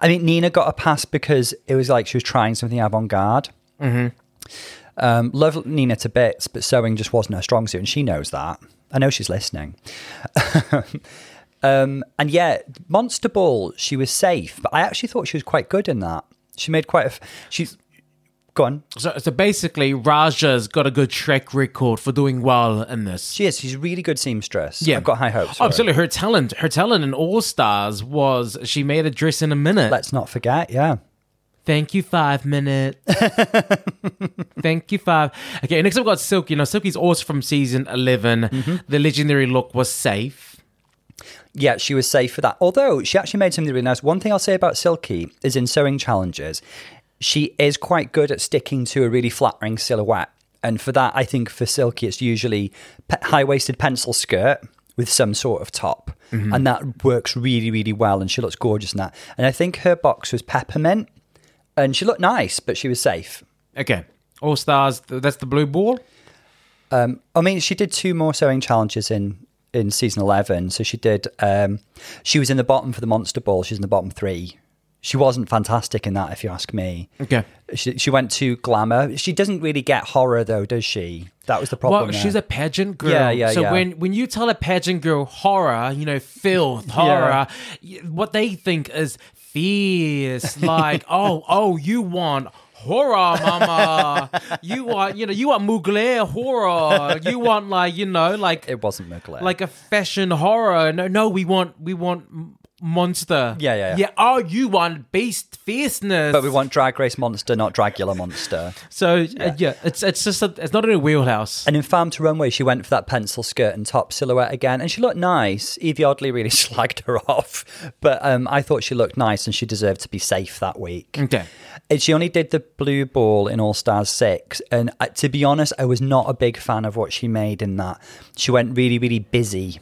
Speaker 2: I mean, Nina got a pass because it was like she was trying something avant garde. Um, love Nina to bits, but sewing just wasn't her strong suit, and she knows that. I know she's listening. <laughs> um, and yeah, Monster Ball, she was safe, but I actually thought she was quite good in that. She made quite a. F- she's gone.
Speaker 1: so, so basically, Raja's got a good track record for doing well in this.
Speaker 2: She is. She's a really good seamstress.
Speaker 1: Yeah.
Speaker 2: I've got high hopes. For her.
Speaker 1: Absolutely, her talent, her talent in All Stars was she made a dress in a minute.
Speaker 2: Let's not forget. Yeah.
Speaker 1: Thank you, five
Speaker 2: <laughs>
Speaker 1: minutes. Thank you, five. Okay, next up we've got Silky. Now, Silky's also from season 11.
Speaker 2: Mm-hmm.
Speaker 1: The legendary look was safe.
Speaker 2: Yeah, she was safe for that. Although she actually made something really nice. One thing I'll say about Silky is in sewing challenges, she is quite good at sticking to a really flattering silhouette. And for that, I think for Silky, it's usually pe- high waisted pencil skirt with some sort of top.
Speaker 1: Mm-hmm.
Speaker 2: And that works really, really well. And she looks gorgeous in that. And I think her box was peppermint. And she looked nice, but she was safe.
Speaker 1: Okay, All Stars, th- that's the blue ball.
Speaker 2: I mean, she did two more sewing challenges in in season eleven. So she did. Um, she was in the bottom for the Monster Ball. She's in the bottom three. She wasn't fantastic in that, if you ask me.
Speaker 1: Okay.
Speaker 2: She, she went to glamour. She doesn't really get horror though, does she? That was the problem.
Speaker 1: Well, she's a pageant girl.
Speaker 2: Yeah, yeah,
Speaker 1: So
Speaker 2: yeah.
Speaker 1: when when you tell a pageant girl horror, you know,
Speaker 2: <laughs>
Speaker 1: filth, horror, y what they think is
Speaker 2: <laughs>
Speaker 1: fierce. Like, oh, oh, you want horror,
Speaker 2: <laughs>
Speaker 1: mama. you want, you know, you want Mugler horror. You want like, you know, like
Speaker 2: It wasn't Mugler.
Speaker 1: like a fashion horror. No, no, we want we want m- monster.
Speaker 2: Yeah, yeah, yeah.
Speaker 1: yeah. Oh, you want beast fierceness,
Speaker 2: But we want Drag Race Monster, not Dragula Monster.
Speaker 1: So yeah, uh, yeah it's it's just a, it's not in a wheelhouse.
Speaker 2: And in Farm to Runway, she went for that pencil skirt and top silhouette again, and she looked nice. Evie Oddly really <laughs> slagged her off, but um, I thought she looked nice and she deserved to be safe that week.
Speaker 1: Okay.
Speaker 2: And she only did the blue ball in All Stars 6, and uh, to be honest, I was not a big fan of what she made in that. She went really, really busy.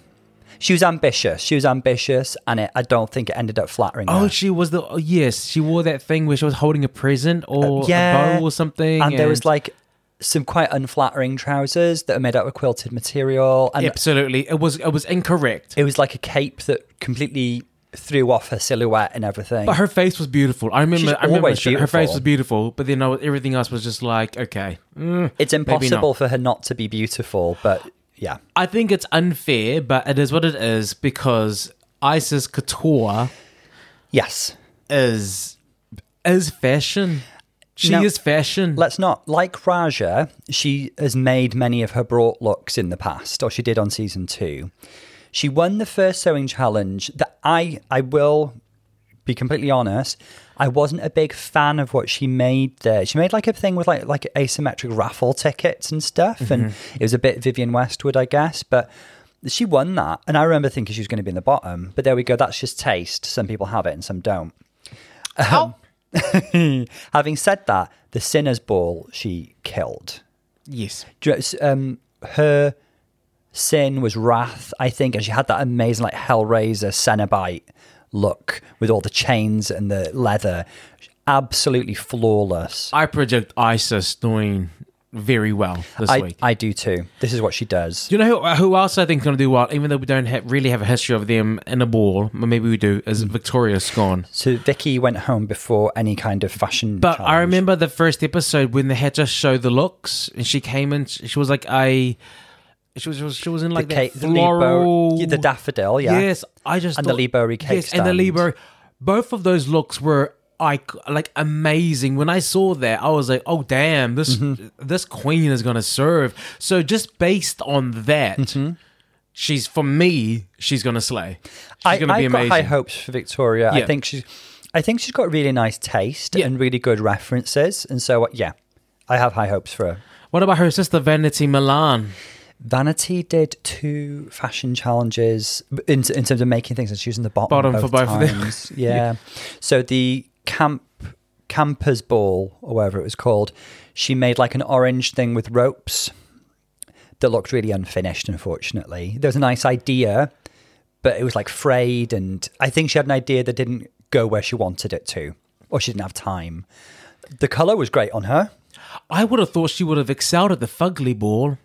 Speaker 2: She was ambitious. She was ambitious, and it, I don't think it ended up flattering
Speaker 1: Oh,
Speaker 2: her.
Speaker 1: she was the oh, yes. She wore that thing where she was holding a present or a bow or something,
Speaker 2: And, there was like some quite unflattering trousers that are made out of quilted material, and
Speaker 1: absolutely it was it was incorrect.
Speaker 2: it was like a cape that completely threw off her silhouette and everything.
Speaker 1: but her face was beautiful. I remember.
Speaker 2: She's
Speaker 1: I remember
Speaker 2: always
Speaker 1: she- her face
Speaker 2: beautiful.
Speaker 1: was beautiful, but then I was- everything else was just like okay.
Speaker 2: it's impossible for her not to be beautiful, but yeah.
Speaker 1: I think it's unfair, but it is what it is because Isis Couture
Speaker 2: Yes.
Speaker 1: is is fashion. She
Speaker 2: Now-
Speaker 1: is fashion.
Speaker 2: Let's not, like Raja, she has made many of her brought looks in the past, or she did on season two. She won the first sewing challenge that I, I will be completely honest, I wasn't a big fan of what she made there. She made like a thing with like like asymmetric raffle tickets and stuff, and it was a bit Vivian Westwood, I guess. But she won that, and I remember thinking she was going to be in the bottom. But there we go. That's just taste. Some people have it and some don't. Um, having said that, the Sinner's Ball she killed.
Speaker 1: yes.
Speaker 2: Do you know, s- Um, her sin was wrath, I think, and she had that amazing like Hellraiser Cenobite look with all the chains and the leather, absolutely flawless.
Speaker 1: I project Isis doing very well this
Speaker 2: I,
Speaker 1: week.
Speaker 2: I do too. This is what she does.
Speaker 1: Do you know who, who else I think is going to do well, even though we don't have, really have a history of them in a ball? Or maybe we do,
Speaker 2: Mm.
Speaker 1: is Victoria Scone.
Speaker 2: So Vicky went home before any kind of fashion.
Speaker 1: But I
Speaker 2: challenge.
Speaker 1: remember the first episode when they had just show the looks, and she came in, she was like a. She was, she was, she was in like
Speaker 2: Ca-
Speaker 1: that
Speaker 2: the, Libo-
Speaker 1: floral.
Speaker 2: yeah, the daffodil, yeah.
Speaker 1: Yes, I just
Speaker 2: And the
Speaker 1: thought-
Speaker 2: Libori cake
Speaker 1: Yes, and the
Speaker 2: stand.
Speaker 1: Libori. Both of those looks were like like amazing. When I saw that, I was like, "Oh damn, this
Speaker 2: Mm-hmm.
Speaker 1: this queen is gonna serve." So just based on that,
Speaker 2: Mm-hmm.
Speaker 1: she's for me, she's gonna slay. She's
Speaker 2: I,
Speaker 1: gonna be
Speaker 2: I've got high
Speaker 1: amazing.
Speaker 2: hopes for Victoria. I
Speaker 1: Yeah.
Speaker 2: think she's, I think she's got really nice taste
Speaker 1: Yeah.
Speaker 2: and really good references, and so uh, yeah, I have high hopes for her.
Speaker 1: What about her sister Vanity Milan?
Speaker 2: Vanity did two fashion challenges in, in terms of making things, and she was in the bottom,
Speaker 1: Bottom for both of them. <laughs>
Speaker 2: times. yeah. So the camp campers ball, or whatever it was called, she made like an orange thing with ropes that looked really unfinished. Unfortunately, there was a nice idea, but it was like frayed, and I think she had an idea that didn't go where she wanted it to, or she didn't have time. The color was great on her.
Speaker 1: I would have thought she would have excelled at the fugly
Speaker 2: <laughs>
Speaker 1: ball.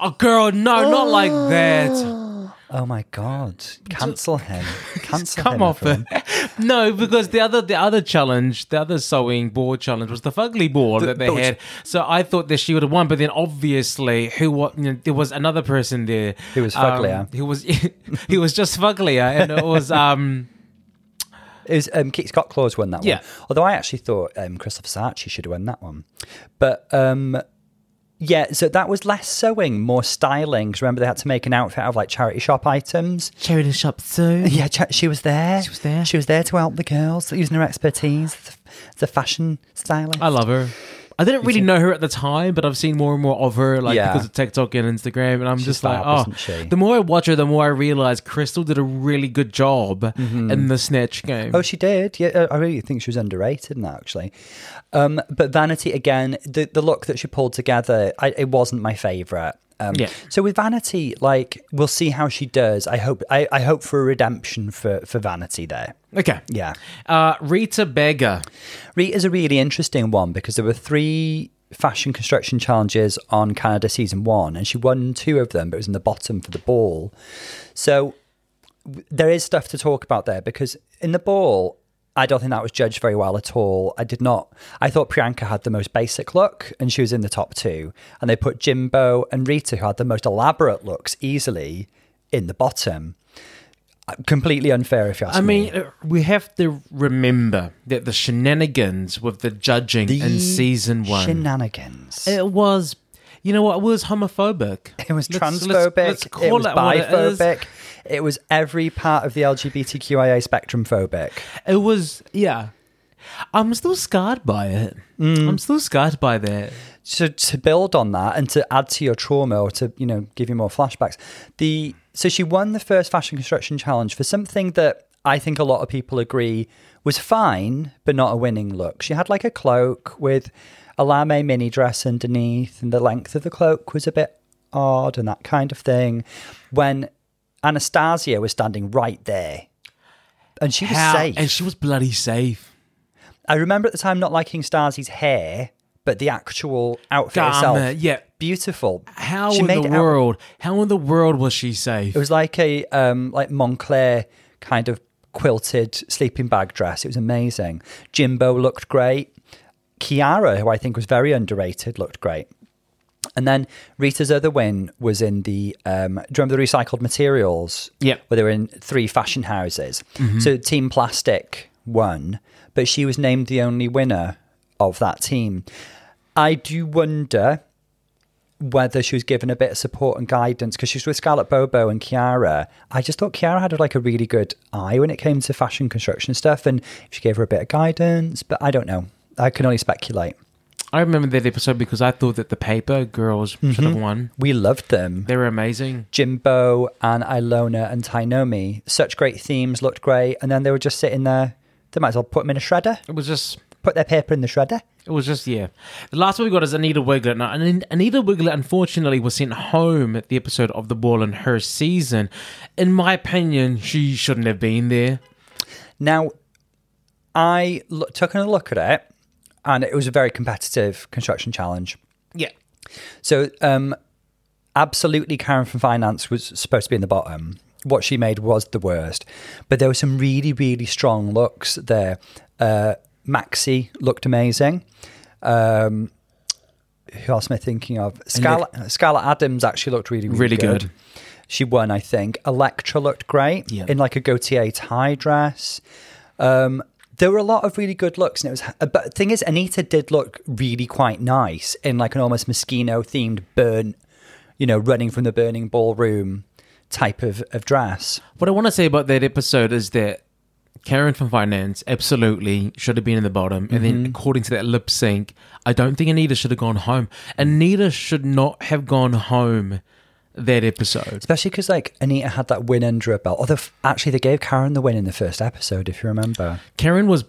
Speaker 1: oh, girl, no, not like
Speaker 2: <gasps>
Speaker 1: that. <laughs>
Speaker 2: Oh my god! Cancel him. Cancel him.
Speaker 1: Come off
Speaker 2: everyone.
Speaker 1: it. <laughs> No, because the other the other challenge, the other sewing board challenge was the fugly ball that they
Speaker 2: but-
Speaker 1: had. So I thought that she would have won, but then obviously who what you know, there was another person there
Speaker 2: Who was fuglier.
Speaker 1: Um, who was <laughs> he was just fuglier, and it was um
Speaker 2: It was um, Keith Scott Claus won that
Speaker 1: Yeah.
Speaker 2: one. Although I actually thought um, Christopher Sarchi should have won that one. But um, yeah, so that was less sewing, more styling. 'cause remember, they had to make an outfit out of like charity shop items.
Speaker 1: charity shop so
Speaker 2: Yeah, cha- she was there. She
Speaker 1: was there.
Speaker 2: She was there to help the girls using her expertise, the, the fashion
Speaker 1: <laughs>
Speaker 2: stylist.
Speaker 1: I love her. I didn't really know her at the time, but I've seen more and more of her, like
Speaker 2: Yeah.
Speaker 1: because of TikTok and Instagram, and I'm just like,
Speaker 2: fab,
Speaker 1: oh.
Speaker 2: isn't she?
Speaker 1: The more I watch her, the more I realize Crystal did a really good job in the snatch game.
Speaker 2: Mm-hmm. Oh, she did. Yeah, I I really think she was underrated in that actually. Um, but Vanity again, the the look that she pulled together, I, it wasn't my favorite. Um,
Speaker 1: Yeah.
Speaker 2: So with Vanity, like we'll see how she does. I hope I, I hope for a redemption for for Vanity there.
Speaker 1: okay,
Speaker 2: Yeah.
Speaker 1: uh, Rita Beggar.
Speaker 2: Rita's a really interesting one because there were three fashion construction challenges on Canada season one, and she won two of them, but it was in the bottom for the ball. So w- there is stuff to talk about there because in the ball, I don't think that was judged very well at all. I did not. I thought Priyanka had the most basic look, and she was in the top two. And they put Jimbo and Rita, who had the most elaborate looks, easily in the bottom. Uh, Completely unfair, if you ask
Speaker 1: I
Speaker 2: me.
Speaker 1: mean, uh, we have to remember that the shenanigans with the judging in season one,
Speaker 2: shenanigans.
Speaker 1: it was, you know what, it was homophobic.
Speaker 2: It was
Speaker 1: Let's-
Speaker 2: transphobic.
Speaker 1: Let's, let's
Speaker 2: it
Speaker 1: call
Speaker 2: was
Speaker 1: it what it is.
Speaker 2: biphobic. It, It was every part of the LGBTQIA spectrum phobic.
Speaker 1: It was yeah. I'm still scarred by it.
Speaker 2: Mm.
Speaker 1: I'm still scarred by that.
Speaker 2: So to build on that and to add to your trauma or to you know give you more flashbacks, the so she won the first fashion construction challenge for something that I think a lot of people agree was fine but not a winning look. She had like a cloak with a lame mini dress underneath, and the length of the cloak was a bit odd and that kind of thing. When Anastasia was standing right there, and she was
Speaker 1: How
Speaker 2: safe.
Speaker 1: and she was bloody safe.
Speaker 2: I remember at the time not liking Stasi's hair, but the actual outfit
Speaker 1: Garment,
Speaker 2: itself,
Speaker 1: yeah.
Speaker 2: beautiful.
Speaker 1: How
Speaker 2: She
Speaker 1: in
Speaker 2: made
Speaker 1: the
Speaker 2: it out-
Speaker 1: world? How in the world was she safe?
Speaker 2: it was like a um, like Montclair kind of quilted sleeping bag dress. It was amazing. Jimbo looked great. Kiara, who I think was very underrated, looked great. And then Rita's other win was in the um, do you remember the recycled materials?
Speaker 1: Yep.
Speaker 2: Where they were in three fashion houses. So Team Plastic won, but she was named the only winner of that team. I do wonder whether she was given a bit of support and guidance because she was with Scarlett Bobo and Kiara. I just thought Kiara had like a really good eye when it came to fashion construction stuff, and she gave her a bit of guidance. But I don't know. I can only speculate.
Speaker 1: I remember that episode because I thought that the paper girls should
Speaker 2: Mm-hmm.
Speaker 1: have won.
Speaker 2: We loved them.
Speaker 1: They were amazing.
Speaker 2: Jimbo and Ilona and Tainomi. Such great themes, looked great. And then they were just sitting there. They might as well put them in a shredder,
Speaker 1: It was just
Speaker 2: put their paper in the shredder.
Speaker 1: It was just yeah. The last one we got is Anita Wigler. Now, An- Anita Wigler unfortunately was sent home at the episode of the ball in her season. In my opinion, she shouldn't have been there.
Speaker 2: Now, I lo- took another look at it, and it was a very competitive construction challenge.
Speaker 1: Yeah,
Speaker 2: So, um, absolutely, Karen from Finance was supposed to be in the bottom. What she made was the worst, but there were some really, really strong looks there. Uh, Maxi looked amazing. Um, who else am I thinking of? Scarlett, Scarlett Adams actually looked really, really,
Speaker 1: Really good.
Speaker 2: She won, I think. Electra looked great
Speaker 1: Yeah.
Speaker 2: in like a Gautier tie dress. Um, there were a lot of really good looks, and it was. uh, But the thing is, Anita did look really quite nice in like an almost Moschino themed burn, you know, running from the burning ballroom type of, of dress.
Speaker 1: What I want to say about that episode is that Karen from Finance absolutely should have been in the bottom. And then, according to that lip sync, I don't think Anita should have gone home. Anita should not have gone home that episode.
Speaker 2: Especially because like Anita had that win under her belt. Although f- actually, they gave Karen the win in the first episode, if you remember.
Speaker 1: Karen was,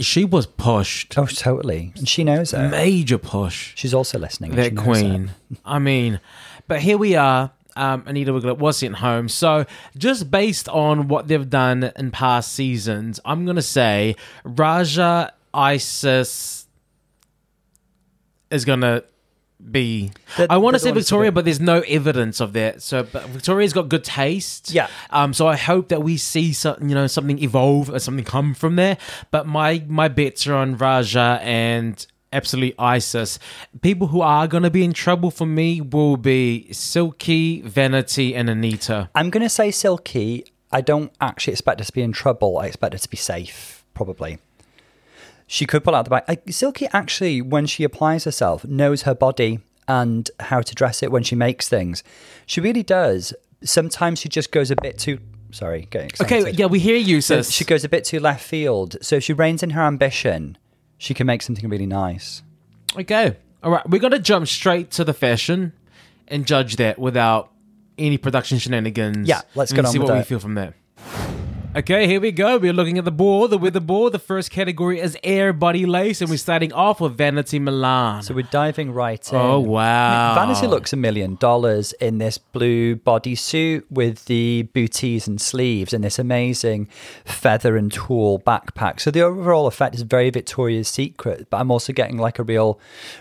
Speaker 1: she was pushed,
Speaker 2: Oh, totally, and she knows it.
Speaker 1: major push.
Speaker 2: She's also listening. and she
Speaker 1: that
Speaker 2: knows
Speaker 1: queen.
Speaker 2: it.
Speaker 1: I mean, but here we are. Um, Anita Wiglet was sent home. So, just based on what they've done in past seasons, I'm going to say Raja Isis is going to be.
Speaker 2: That-
Speaker 1: I want to
Speaker 2: that
Speaker 1: say
Speaker 2: one is
Speaker 1: Victoria,
Speaker 2: good.
Speaker 1: but there's no evidence of that. So, but Victoria's got good taste.
Speaker 2: Yeah.
Speaker 1: Um. So I hope that we see some, you know, something evolve or something come from there. But my my bets are on Raja and absolutely ISIS. People who are going to be in trouble for me will be Silky, Vanity, and Anita.
Speaker 2: I'm going to say Silky. I don't actually expect her to be in trouble. I expect her to be safe, probably. She could pull out the bag. I, Silky actually, when she applies herself, knows her body and how to dress it when she makes things. She really does. Sometimes she just goes a bit too. Sorry, getting excited.
Speaker 1: Okay. Yeah, we hear you, sis.
Speaker 2: She goes a bit too left field. So if she reins in her ambition, she can make something really nice.
Speaker 1: Okay. All right. We're going to jump straight to the fashion and judge that without any production shenanigans.
Speaker 2: Yeah, let's
Speaker 1: and
Speaker 2: get on
Speaker 1: see
Speaker 2: with
Speaker 1: what we
Speaker 2: it.
Speaker 1: feel from there. Okay, here we go. We're looking at the ball, the weather ball. The first category is air body lace, and we're starting off with Vanity Milan.
Speaker 2: So we're diving right in.
Speaker 1: oh, wow.
Speaker 2: Vanity looks a million dollars in this blue bodysuit with the booties and sleeves and this amazing feather and tulle backpack. So the overall effect is very Victoria's Secret, but I'm also getting like a real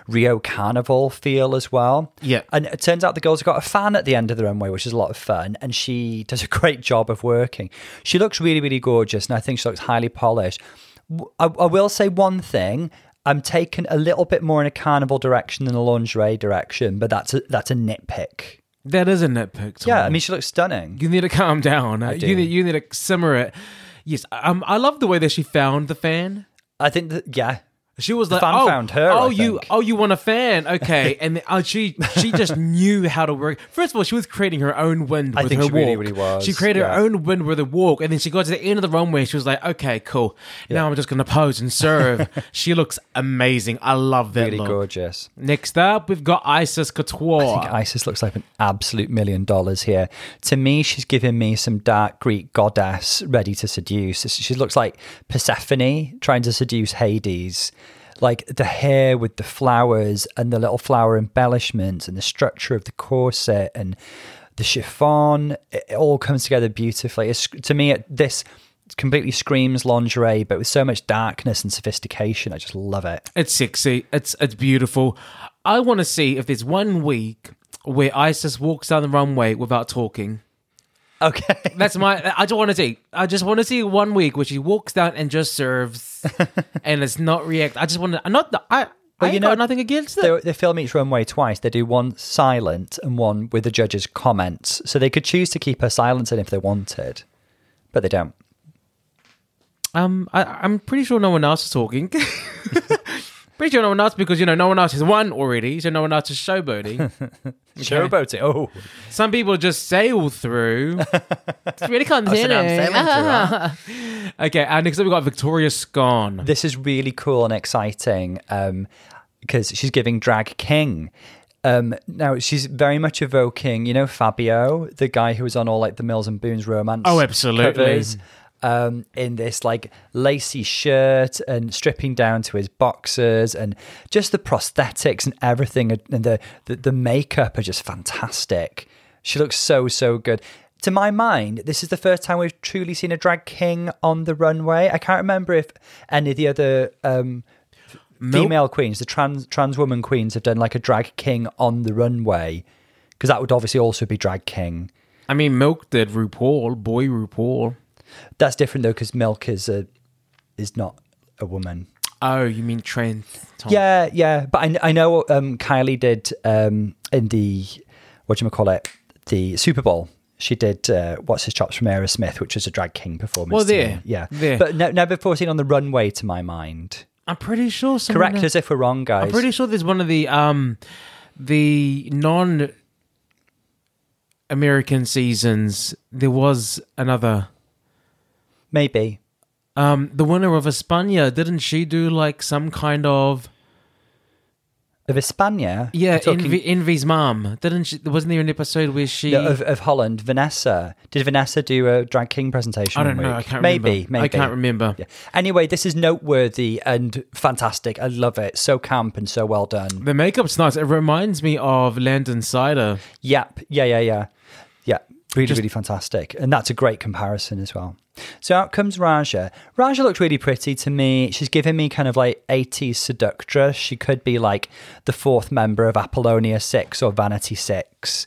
Speaker 2: Rio Carnival feel as well.
Speaker 1: Yeah.
Speaker 2: And it turns out the girl's got a fan at the end of the runway, which is a lot of fun, and she does a <laughs> great job of working. She looks really, really gorgeous, and I think she looks highly polished. W- I, I will say one thing. I'm taken a little bit more in a carnival direction than a lingerie direction, but that's a, that's a nitpick.
Speaker 1: That is a nitpick. Tom.
Speaker 2: Yeah, I mean, she looks stunning.
Speaker 1: You need to calm down.
Speaker 2: do.
Speaker 1: You, need, you need to simmer it. Yes, um, I love the way that she found the fan.
Speaker 2: I think that, yeah,
Speaker 1: She was like,
Speaker 2: fan
Speaker 1: "Oh,
Speaker 2: found her,
Speaker 1: oh,
Speaker 2: I
Speaker 1: you,
Speaker 2: think.
Speaker 1: oh, you want a fan?
Speaker 2: <laughs>
Speaker 1: Okay." And uh, she, she just knew how to work. First of all, she was creating her own wind
Speaker 2: I
Speaker 1: with
Speaker 2: think
Speaker 1: her
Speaker 2: she
Speaker 1: walk.
Speaker 2: really, really was,
Speaker 1: She created
Speaker 2: yeah.
Speaker 1: her own wind with a walk, and then she got to the end of the runway. She was like, "Okay, cool. Now I'm just going to pose and
Speaker 2: <laughs>
Speaker 1: serve." she looks amazing. I love that
Speaker 2: Really
Speaker 1: look.
Speaker 2: gorgeous.
Speaker 1: Next up, we've got Isis Couture.
Speaker 2: I think Isis looks like an absolute million dollars here. To me, she's giving me some dark Greek goddess ready to seduce. She looks like Persephone trying to seduce Hades. Like the hair with the flowers and the little flower embellishments and the structure of the corset and the chiffon, it, it all comes together beautifully. It's, to me, it, this completely screams lingerie, but with so much darkness and sophistication. I just love it.
Speaker 1: It's sexy. It's it's beautiful. I want to see if there's one week where Isis walks down the runway without talking.
Speaker 2: Okay. <laughs>
Speaker 1: That's my. I just want to see. I just want to see one week where she walks down and just
Speaker 2: <laughs>
Speaker 1: serves, and it's not react. I just want to. Not the. I. I
Speaker 2: you
Speaker 1: ain't
Speaker 2: know,
Speaker 1: got nothing against it.
Speaker 2: they, they film each runway twice. They do one silent and one with the judge's comments. So they could choose to keep her silent in if they wanted, but they don't.
Speaker 1: Um, I, I'm pretty sure no one else is talking. <laughs> pretty sure no one else because you know no one else has won already, so no one else is
Speaker 2: <laughs>
Speaker 1: showboating.
Speaker 2: Showboating. Oh,
Speaker 1: Some people just sail
Speaker 2: <laughs>
Speaker 1: through. It's really
Speaker 2: so now I'm sailing through,
Speaker 1: concerning. okay, and next up we got Victoria Scone.
Speaker 2: this is really cool and exciting because she's giving drag king. Um, now she's very much evoking, you know, Fabio, the guy who was on all like the Mills and Boons romance.
Speaker 1: Oh, absolutely.
Speaker 2: covers, um, in this like lacy shirt and stripping down to his boxers and just the prosthetics and everything and the the, the makeup are just fantastic. She looks so so good. To my mind, this is the first time we've truly seen a drag king on the runway. I can't remember if any of the other um, female queens, the trans trans woman queens, have done like a drag king on the runway, because that would obviously also be drag king.
Speaker 1: I mean, Milk did RuPaul, boy RuPaul.
Speaker 2: That's different though, because Milk is a is not a woman.
Speaker 1: Oh, you mean Trent? Tom.
Speaker 2: Yeah, yeah, but I, I know um, Kylie did um, in the what do you call it the Super Bowl. She did uh, what's his chops from Aerosmith, which was a drag king performance.
Speaker 1: Well,
Speaker 2: to me.
Speaker 1: there,
Speaker 2: yeah,
Speaker 1: there.
Speaker 2: but no, never before seen on the runway to my mind.
Speaker 1: I'm pretty sure. someone
Speaker 2: Correct us if we're wrong, guys.
Speaker 1: Oh, I'm pretty sure there's one of the um the non American seasons. There was another
Speaker 2: Maybe
Speaker 1: um the winner of España. Didn't she do like some kind of
Speaker 2: of España.
Speaker 1: yeah
Speaker 2: we're talking-
Speaker 1: Envy, Envy's mom? Didn't she? Wasn't there an episode where she?
Speaker 2: No, of, of Holland, Vanessa. Did Vanessa do a drag king presentation?
Speaker 1: I don't
Speaker 2: one
Speaker 1: know.
Speaker 2: week?
Speaker 1: I can't
Speaker 2: maybe,
Speaker 1: remember.
Speaker 2: Maybe.
Speaker 1: I can't remember.
Speaker 2: Yeah. Anyway, this is noteworthy and fantastic. I love it. So camp and so well done.
Speaker 1: The makeup's nice. It reminds me of Landon Cider.
Speaker 2: Yep. Yeah, yeah, yeah. Yeah. Really,
Speaker 1: Just-
Speaker 2: really fantastic. And that's a great comparison as well. So out comes Raja. Raja looked really pretty to me. She's giving me kind of like 80s seductress. She could be like the fourth member of Apollonia 6 or Vanity 6.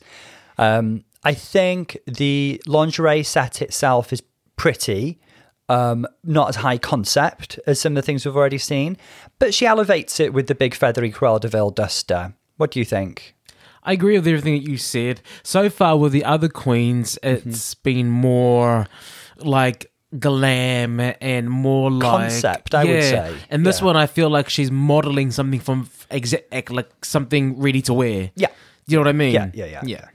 Speaker 2: Um, I think the lingerie set itself is pretty, um, not as high concept as some of the things we've already seen, but she elevates it with the big feathery Cruella de Vil duster. What do you think?
Speaker 1: I agree with everything that you said. So far with the other queens,
Speaker 2: Mm-hmm.
Speaker 1: it's been more like glam and more like
Speaker 2: Concept, I would say.
Speaker 1: And this
Speaker 2: Yeah.
Speaker 1: one, I feel like she's modeling something from exact like something ready to wear.
Speaker 2: Yeah.
Speaker 1: You know what I mean?
Speaker 2: Yeah, yeah, yeah.
Speaker 1: yeah.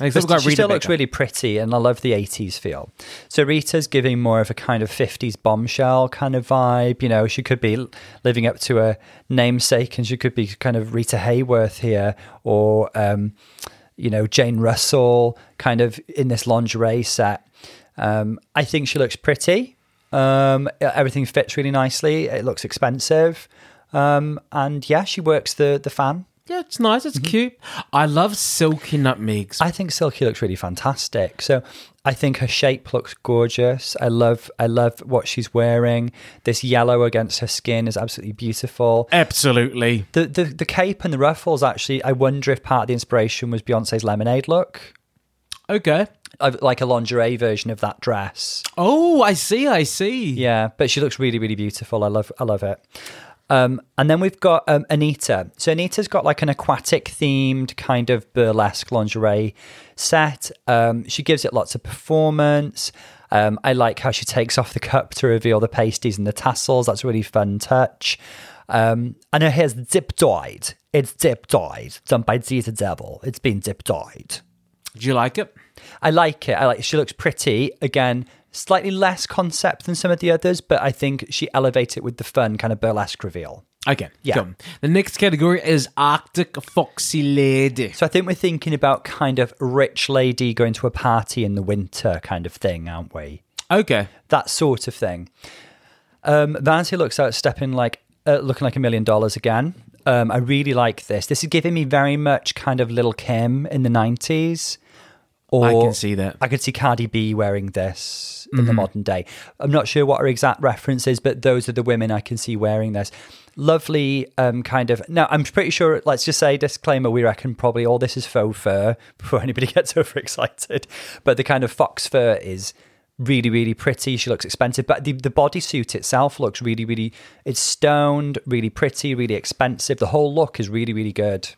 Speaker 1: Except we've got
Speaker 2: she
Speaker 1: Rita
Speaker 2: still looks
Speaker 1: Baker.
Speaker 2: really pretty, and I love the 80s feel. So Rita's giving more of a kind of 50s bombshell kind of vibe. You know, she could be l- living up to her namesake, and she could be kind of Rita Hayworth here, or, um, you know, Jane Russell kind of in this lingerie set. Um, I think she looks pretty. Um, everything fits really nicely. It looks expensive. Um, and yeah, she works the, the fan.
Speaker 1: yeah, it's nice. It's cute. I love silky nutmegs.
Speaker 2: Mm-hmm. I think Silky looks really fantastic. So I think her shape looks gorgeous. I love I love what she's wearing. This yellow against her skin is absolutely beautiful.
Speaker 1: Absolutely.
Speaker 2: The the, the cape and the ruffles actually I wonder if part of the inspiration was Beyonce's lemonade look.
Speaker 1: Okay.
Speaker 2: Of- Like a lingerie version of that dress.
Speaker 1: Oh, I see. I see.
Speaker 2: Yeah, but she looks really, really beautiful. I love, I love it. Um, and then we've got um, Anita. So Anita's got like an aquatic themed kind of burlesque lingerie set. Um, she gives it lots of performance. Um, I like how she takes off the cup to reveal the pasties and the tassels. That's a really fun touch. Um, and it has dip dyed. It's dip dyed. Done by Zeta Devil. It's been dip dyed.
Speaker 1: Do you like it?
Speaker 2: I like it. I like. She looks pretty. Again, slightly less concept than some of the others, but I think she elevates it with the fun kind of burlesque reveal.
Speaker 1: Okay,
Speaker 2: Yeah.
Speaker 1: cool. The next category is Arctic Foxy Lady.
Speaker 2: So I think we're thinking about kind of rich lady going to a party in the winter kind of thing, aren't we?
Speaker 1: Okay.
Speaker 2: That sort of thing. Um, Vanity looks out stepping like uh, looking like a million dollars again. Um, I really like this. This is giving me very much kind of Little Kim in the nineties. Or
Speaker 1: I can see that.
Speaker 2: I could see Cardi B wearing this in the modern day. I'm not sure what her exact reference is, but those are the women I can see wearing this. Lovely um, kind of. Now, I'm pretty sure, let's just say, disclaimer, we reckon probably all this is faux fur <laughs> before anybody gets overexcited. But the kind of fox fur is really, really pretty. She looks expensive, but the, the bodysuit itself looks really, really. It's stoned, really pretty, really expensive. The whole look is really, really good.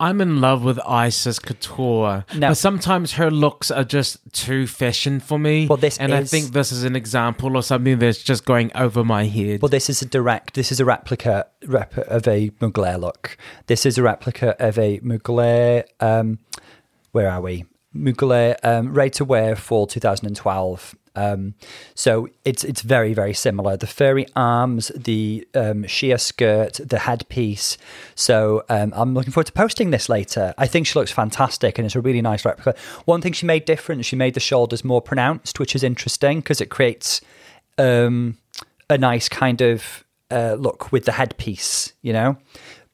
Speaker 1: I'm in love with Isis Couture,
Speaker 2: No.
Speaker 1: but sometimes her looks are just too fashion for me.
Speaker 2: Well, this
Speaker 1: and I
Speaker 2: is-
Speaker 1: think this is an example of something that's just going over my head.
Speaker 2: Well, this is a direct. This is a replica rep, of a Mugler look. This is a replica of a Mugler. Um, where are we? Mugler um, ready to wear fall 2012. Um, so it's it's very very similar. The furry arms, the um, sheer skirt, the headpiece. So um, I'm looking forward to posting this later. I think she looks fantastic, and it's a really nice replica. One thing she made different, she made the shoulders more pronounced, which is interesting because it creates um, a nice kind of uh, look with the headpiece, you know.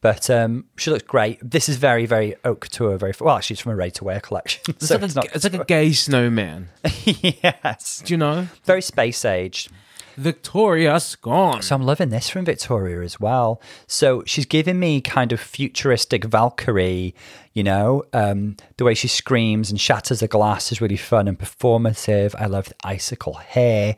Speaker 2: But um, she looks great. This is very, very oak couture. Very well, actually, it's from a ready to wear collection. <laughs>
Speaker 1: it's,
Speaker 2: so
Speaker 1: like
Speaker 2: it's
Speaker 1: a,
Speaker 2: not.
Speaker 1: it's like a gay snowman.
Speaker 2: <laughs> yes,
Speaker 1: Do you know?
Speaker 2: very space age.
Speaker 1: Victoria Scone.
Speaker 2: So I'm loving this from Victoria as well. So she's giving me kind of futuristic Valkyrie, you know, um, the way she screams and shatters the glass is really fun and performative. I love the icicle hair.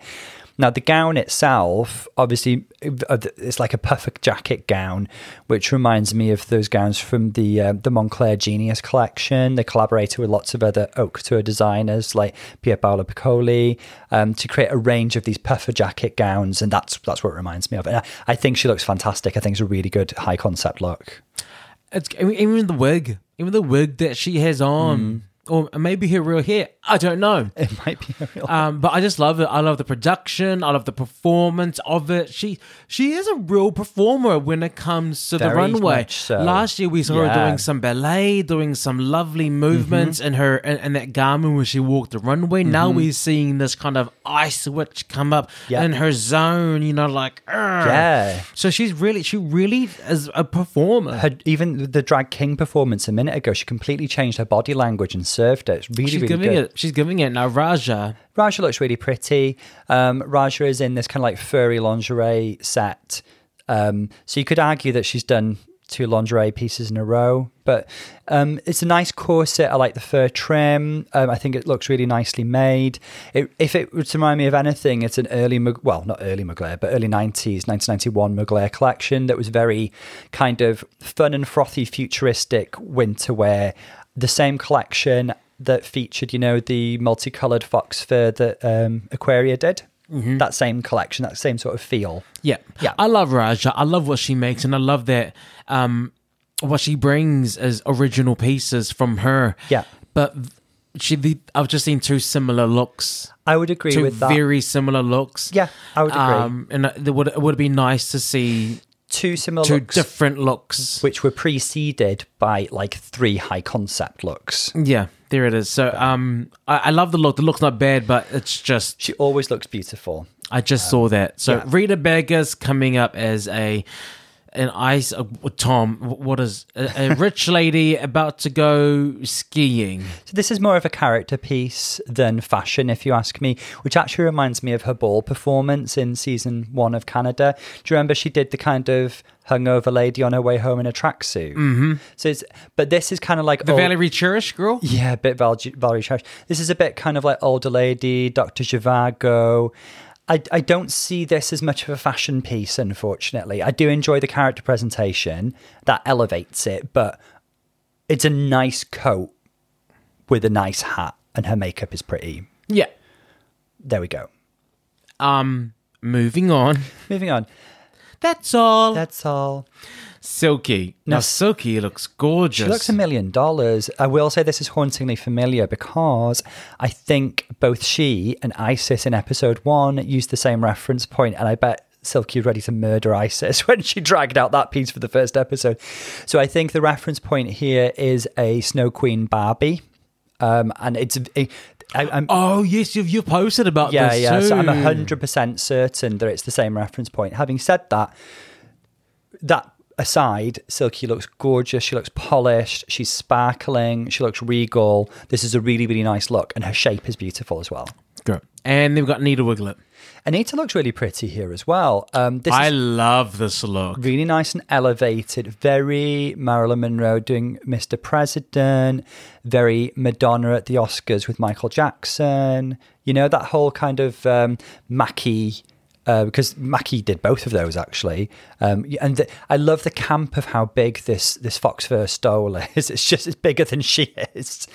Speaker 2: Now the gown itself, obviously, uh, it's like a perfect jacket gown, which reminds me of those gowns from the uh, the Montclair Genius collection. They collaborated with lots of other haute couture designers like Pier Paolo Piccoli um, to create a range of these puffer jacket gowns, and that's that's what it reminds me of. And I, I think she looks fantastic. I think it's a really good high concept look. <laughs>
Speaker 1: It's I mean, even the wig, even the wig that she has
Speaker 2: Mm.
Speaker 1: on, or maybe her real hair. I don't know.
Speaker 2: It might be a real.
Speaker 1: <laughs> Um, but I just love it. I love the production. I love the performance of it. She she is a real performer when it comes to the
Speaker 2: Very
Speaker 1: runway.
Speaker 2: much so.
Speaker 1: Last year we saw her
Speaker 2: Yeah. Mm-hmm.
Speaker 1: doing some ballet, doing some lovely movements in her in, in that garment when she walked the runway. Now we're seeing this kind of ice witch come up
Speaker 2: Yeah.
Speaker 1: in her zone. You know, like "Arr."
Speaker 2: Yeah.
Speaker 1: So she's really she really is a performer.
Speaker 2: her, even the drag king performance a minute ago, she completely changed her body language and served it. It's really,
Speaker 1: she's
Speaker 2: really
Speaker 1: giving
Speaker 2: good.
Speaker 1: it. She's giving it now, Raja.
Speaker 2: Raja looks really pretty. Um, Raja is in this kind of like furry lingerie set. Um, so you could argue that she's done two lingerie pieces in a row, but um, it's a nice corset. I like the fur trim. Um, I think it looks really nicely made. It, if it were to remind me of anything, it's an early, Mug- well, not early Mugler, but early 90s, 1991 Mugler collection that was very kind of fun and frothy, futuristic winter wear. The same collection that featured, you know, the multicolored fox fur that um, Aquaria did.
Speaker 1: Mm-hmm.
Speaker 2: That same collection, that same sort of feel.
Speaker 1: Yeah.
Speaker 2: Yeah.
Speaker 1: I love Raja. I love what she makes and I love that um what she brings as original pieces from her.
Speaker 2: Yeah.
Speaker 1: But she the, I've just seen two similar looks.
Speaker 2: I would agree
Speaker 1: Two
Speaker 2: with that.
Speaker 1: very similar looks.
Speaker 2: yeah, I would agree.
Speaker 1: Um and it would it would be nice to see
Speaker 2: two similar
Speaker 1: two
Speaker 2: looks,
Speaker 1: different looks.
Speaker 2: which were preceded by like three high concept looks.
Speaker 1: Yeah, there it is. So um I, I love the look. The look's not bad, but it's just
Speaker 2: She always looks beautiful.
Speaker 1: I just saw that. So
Speaker 2: Um, yeah.
Speaker 1: Rita Baker's coming up as a an ice uh, Tom. wh- What is
Speaker 2: <laughs>
Speaker 1: a, a rich lady about to go skiing?
Speaker 2: So this is more of a character piece than fashion, if you ask me, which actually reminds me of her ball performance in season one of Canada. Do you remember she did the kind of hungover lady on her way home in a tracksuit? Mm-hmm. So it's, but this is kind of like
Speaker 1: The
Speaker 2: old-
Speaker 1: Valerie Cherish girl.
Speaker 2: Yeah, a bit Val- Valerie Cherish. This is a bit kind of like older lady, Dr. Zhivago. I, I don't see this as much of a fashion piece, unfortunately. I do enjoy the character presentation that elevates it, but it's a nice coat with a nice hat, and her makeup is pretty.
Speaker 1: Yeah.
Speaker 2: There we go.
Speaker 1: Um. Moving on.
Speaker 2: Moving on.
Speaker 1: That's all.
Speaker 2: That's all.
Speaker 1: Silky. Now,
Speaker 2: Now,
Speaker 1: Silky looks gorgeous.
Speaker 2: She looks a million dollars. I will say this is hauntingly familiar because I think both she and Isis in episode one used the same reference point, and I bet Silky was ready to murder Isis <laughs> when she dragged out that piece for the first episode. So I think the reference point here is a Snow Queen Barbie, um, and it's. It, I, I'm,
Speaker 1: oh, yes, you've, you posted about
Speaker 2: yeah,
Speaker 1: this.
Speaker 2: yeah. So I'm
Speaker 1: too.
Speaker 2: hundred percent certain that it's the same reference point. Having said that, that aside, Silky looks gorgeous. She looks polished. She's sparkling. She looks regal. This is a really, really nice look, and her shape is beautiful as well.
Speaker 1: Good. And they've got Nita Wiglet.
Speaker 2: Anita looks really pretty here as well. Um, this
Speaker 1: I
Speaker 2: is
Speaker 1: love this look.
Speaker 2: really nice and elevated. Very Marilyn Monroe doing Mr. President. Very Madonna at the Oscars with Michael Jackson. You know that whole kind of um, Mackie. Uh, because Mackie did both of those actually, um, and the, I love the camp of how big this this fox fur stole is. <laughs> It's just it's bigger than she is,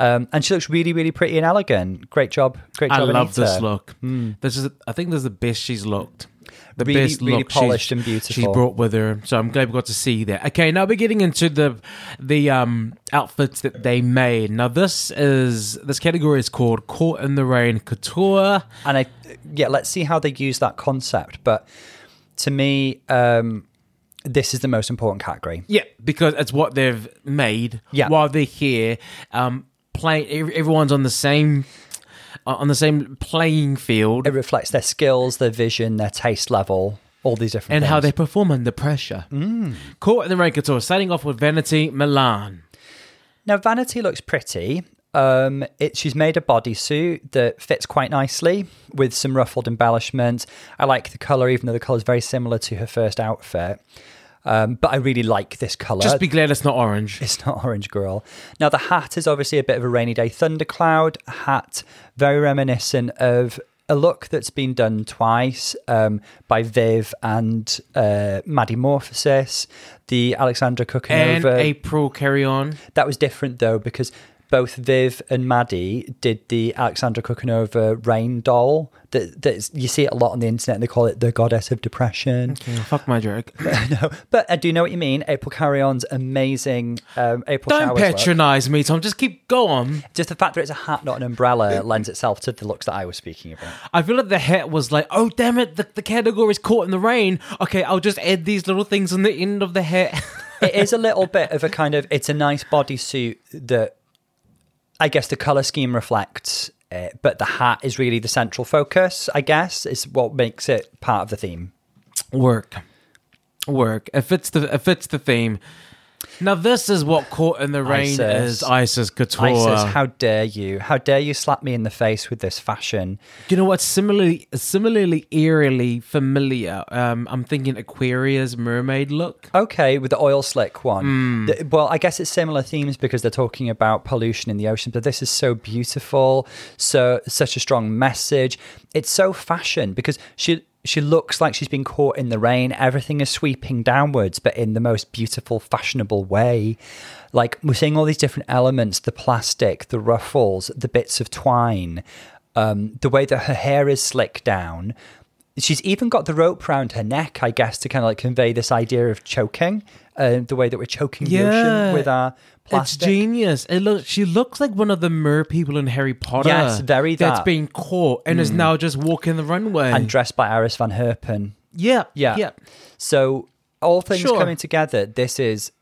Speaker 2: um, and she looks really really pretty and elegant. Great job, great
Speaker 1: I
Speaker 2: job.
Speaker 1: love
Speaker 2: Anita.
Speaker 1: this look. This is, I think, this is the best she's looked. The
Speaker 2: Hmm. Really-
Speaker 1: best
Speaker 2: really
Speaker 1: look she's-
Speaker 2: polished and
Speaker 1: She
Speaker 2: beautiful.
Speaker 1: brought with her, so I'm glad we got to see that. Okay, now we're getting into the the um outfits that they made. Now this is this category is called "Caught in the Rain Couture."
Speaker 2: and I yeah, let's see how they use that concept. But to me, um, this is the most important category.
Speaker 1: Yeah, because it's what they've made
Speaker 2: Yeah.
Speaker 1: while they're here. Um, playing ev- everyone's on the same uh, on the same playing field
Speaker 2: It reflects their skills, their vision, their taste level, all these different
Speaker 1: and
Speaker 2: things.
Speaker 1: how they perform under pressure. Caught in the Rain Couture, starting off with Vanity Milan.
Speaker 2: now Vanity looks pretty. Um, it, she's made a bodysuit that fits quite nicely with some ruffled embellishments. I like the color, even though the color is very similar to her first outfit. Um, but I really like this color.
Speaker 1: Just be glad it's not orange.
Speaker 2: It's not <laughs> Orange Girl. Now, the hat is obviously a bit of a rainy day thundercloud hat, very reminiscent of a look that's been done twice um, by Viv and uh, Maddie Morphosis, the Alexandra
Speaker 1: And
Speaker 2: Kukanova.
Speaker 1: April carry on.
Speaker 2: That was different though, because both Viv and Maddie did the Alexandra Kukanova rain doll that, that's you see it a lot on the internet and they call it the goddess of depression.
Speaker 1: Okay, fuck my joke.
Speaker 2: But I do know what you mean. April Carrion's amazing um, April
Speaker 1: Don't
Speaker 2: Showers look.
Speaker 1: patronize me, Tom. Just keep going.
Speaker 2: Just the fact that it's a hat, not an umbrella, lends itself to the looks that I was speaking about.
Speaker 1: I feel like the hat was like, oh, damn it, the, the category's caught in the rain. Okay, I'll just add these little things on the end of the hat. <laughs>
Speaker 2: It is a little bit of a kind of, it's a nice bodysuit that I guess the color scheme reflects it, but the hat is really the central focus, I guess, is what makes it part of the theme.
Speaker 1: work work if it's the if it's the theme now this is what caught in the rain
Speaker 2: Isis.
Speaker 1: is isis couture
Speaker 2: Isis, how dare you? How dare you slap me in the face with this fashion?
Speaker 1: you know what's similarly similarly eerily familiar um i'm thinking aquarius mermaid look
Speaker 2: Okay, with the oil slick one. The- well, I guess it's similar themes because they're talking about pollution in the ocean, but this is so beautiful, so such a strong message. It's so fashion because she she looks like she's been caught in the rain. Everything is sweeping downwards, but in the most beautiful, fashionable way. Like we're seeing all these different elements: the plastic, the ruffles, the bits of twine, um, the way that her hair is slicked down she's even got the rope round her neck, I guess, to kind of like convey this idea of choking, uh, the way that we're choking the
Speaker 1: Yeah.
Speaker 2: ocean with our
Speaker 1: it's
Speaker 2: plastic.
Speaker 1: genius it looks she looks like one of the mer people in harry potter
Speaker 2: Yes, very
Speaker 1: that's
Speaker 2: that. Mm.
Speaker 1: been caught and is now just walking the runway
Speaker 2: and dressed by Iris van Herpen.
Speaker 1: yeah
Speaker 2: Yeah.
Speaker 1: yeah
Speaker 2: So all things
Speaker 1: Sure.
Speaker 2: coming together, this is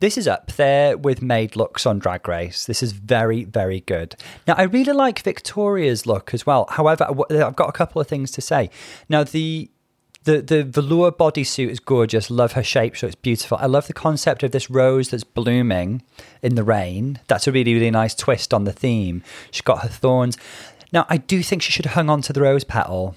Speaker 2: this is up there with made looks on Drag Race. This is very, very good. Now, I really like Victoria's look as well. However, I w- I've got a couple of things to say. Now, the the the velour bodysuit is gorgeous. Love her shape, so it's beautiful. I love the concept of this rose that's blooming in the rain. That's a really really nice twist on the theme. She's got her thorns. Now, I do think she should have hung on to the rose petal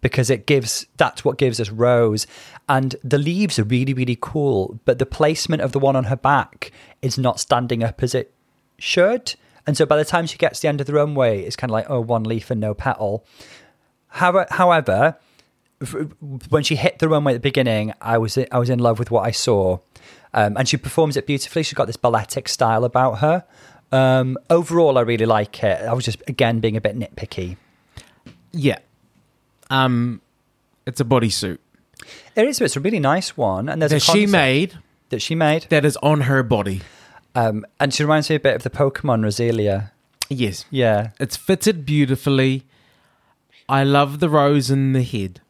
Speaker 2: because it gives that's what gives us rose and the leaves are really really cool but the placement of the one on her back is not standing up as it should and so by the time she gets to the end of the runway it's kind of like oh one leaf and no petal How- however f- when she hit the runway at the beginning i was i was in love with what i saw um, and she performs it beautifully she's got this balletic style about her um, overall i really like it i was just again being a bit nitpicky
Speaker 1: yeah um it's a bodysuit
Speaker 2: It is. It's a really nice one, and there's
Speaker 1: that
Speaker 2: a
Speaker 1: she
Speaker 2: concept
Speaker 1: made
Speaker 2: that she made,
Speaker 1: that is on her body.
Speaker 2: um, and she reminds me a bit of the Pokemon Roselia.
Speaker 1: Yes.
Speaker 2: Yeah,
Speaker 1: It's fitted beautifully. I love the rose in the head.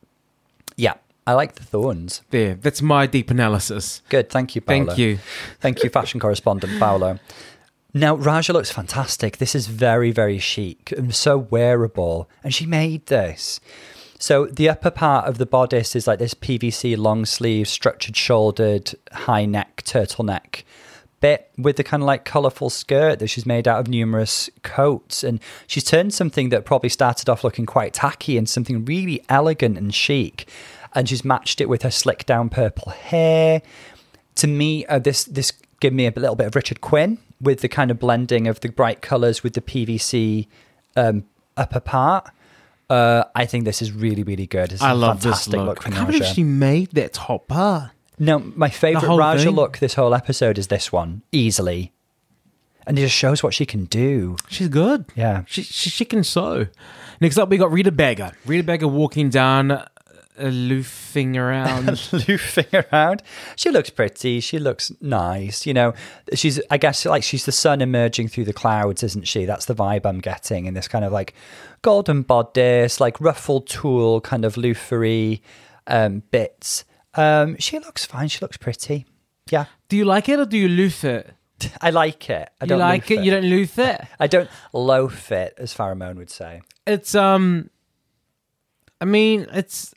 Speaker 2: yeah. I like the thorns.
Speaker 1: There. That's my deep analysis.
Speaker 2: Good. Thank you, Paolo.
Speaker 1: Thank you.
Speaker 2: Thank you, fashion correspondent Paolo. Now, Raja looks fantastic. This is very, very chic and so wearable. And she made this. So, the upper part of the bodice is like this PVC long sleeve, structured shouldered, high neck, turtleneck bit with the kind of like colourful skirt that she's made out of numerous coats. And she's turned something that probably started off looking quite tacky into something really elegant and chic. And she's matched it with her slick down purple hair to me, uh, this this gave me a little bit of Richard Quinn with the kind of blending of the bright colours with the PVC um, upper part. Uh, I think this is really, really good. It's
Speaker 1: I
Speaker 2: a
Speaker 1: love this
Speaker 2: fantastic
Speaker 1: look.
Speaker 2: from
Speaker 1: I can't believe
Speaker 2: Raja.
Speaker 1: she made that top part.
Speaker 2: No, my favourite
Speaker 1: whole
Speaker 2: Raja
Speaker 1: thing?
Speaker 2: look this whole episode is this one, easily. And it just shows what she can do.
Speaker 1: She's good.
Speaker 2: Yeah.
Speaker 1: She, she, she can sew. Next up, we got Rita Bagger. Rita Bagger walking down, uh, loofing around.
Speaker 2: <laughs> loofing around. She looks pretty. She looks nice. You know, she's, I guess, like she's the sun emerging through the clouds, isn't she? That's the vibe I'm getting in this kind of like golden bodice, like ruffled tulle, kind of loofery um, bits. Um, she looks fine. She looks pretty. Yeah.
Speaker 1: do you like it or do you loof it?
Speaker 2: I like it. I
Speaker 1: You
Speaker 2: don't
Speaker 1: like
Speaker 2: loof
Speaker 1: it? You don't loof it?
Speaker 2: I don't loaf it, as Pheromone would say.
Speaker 1: It's, um, I mean, it's,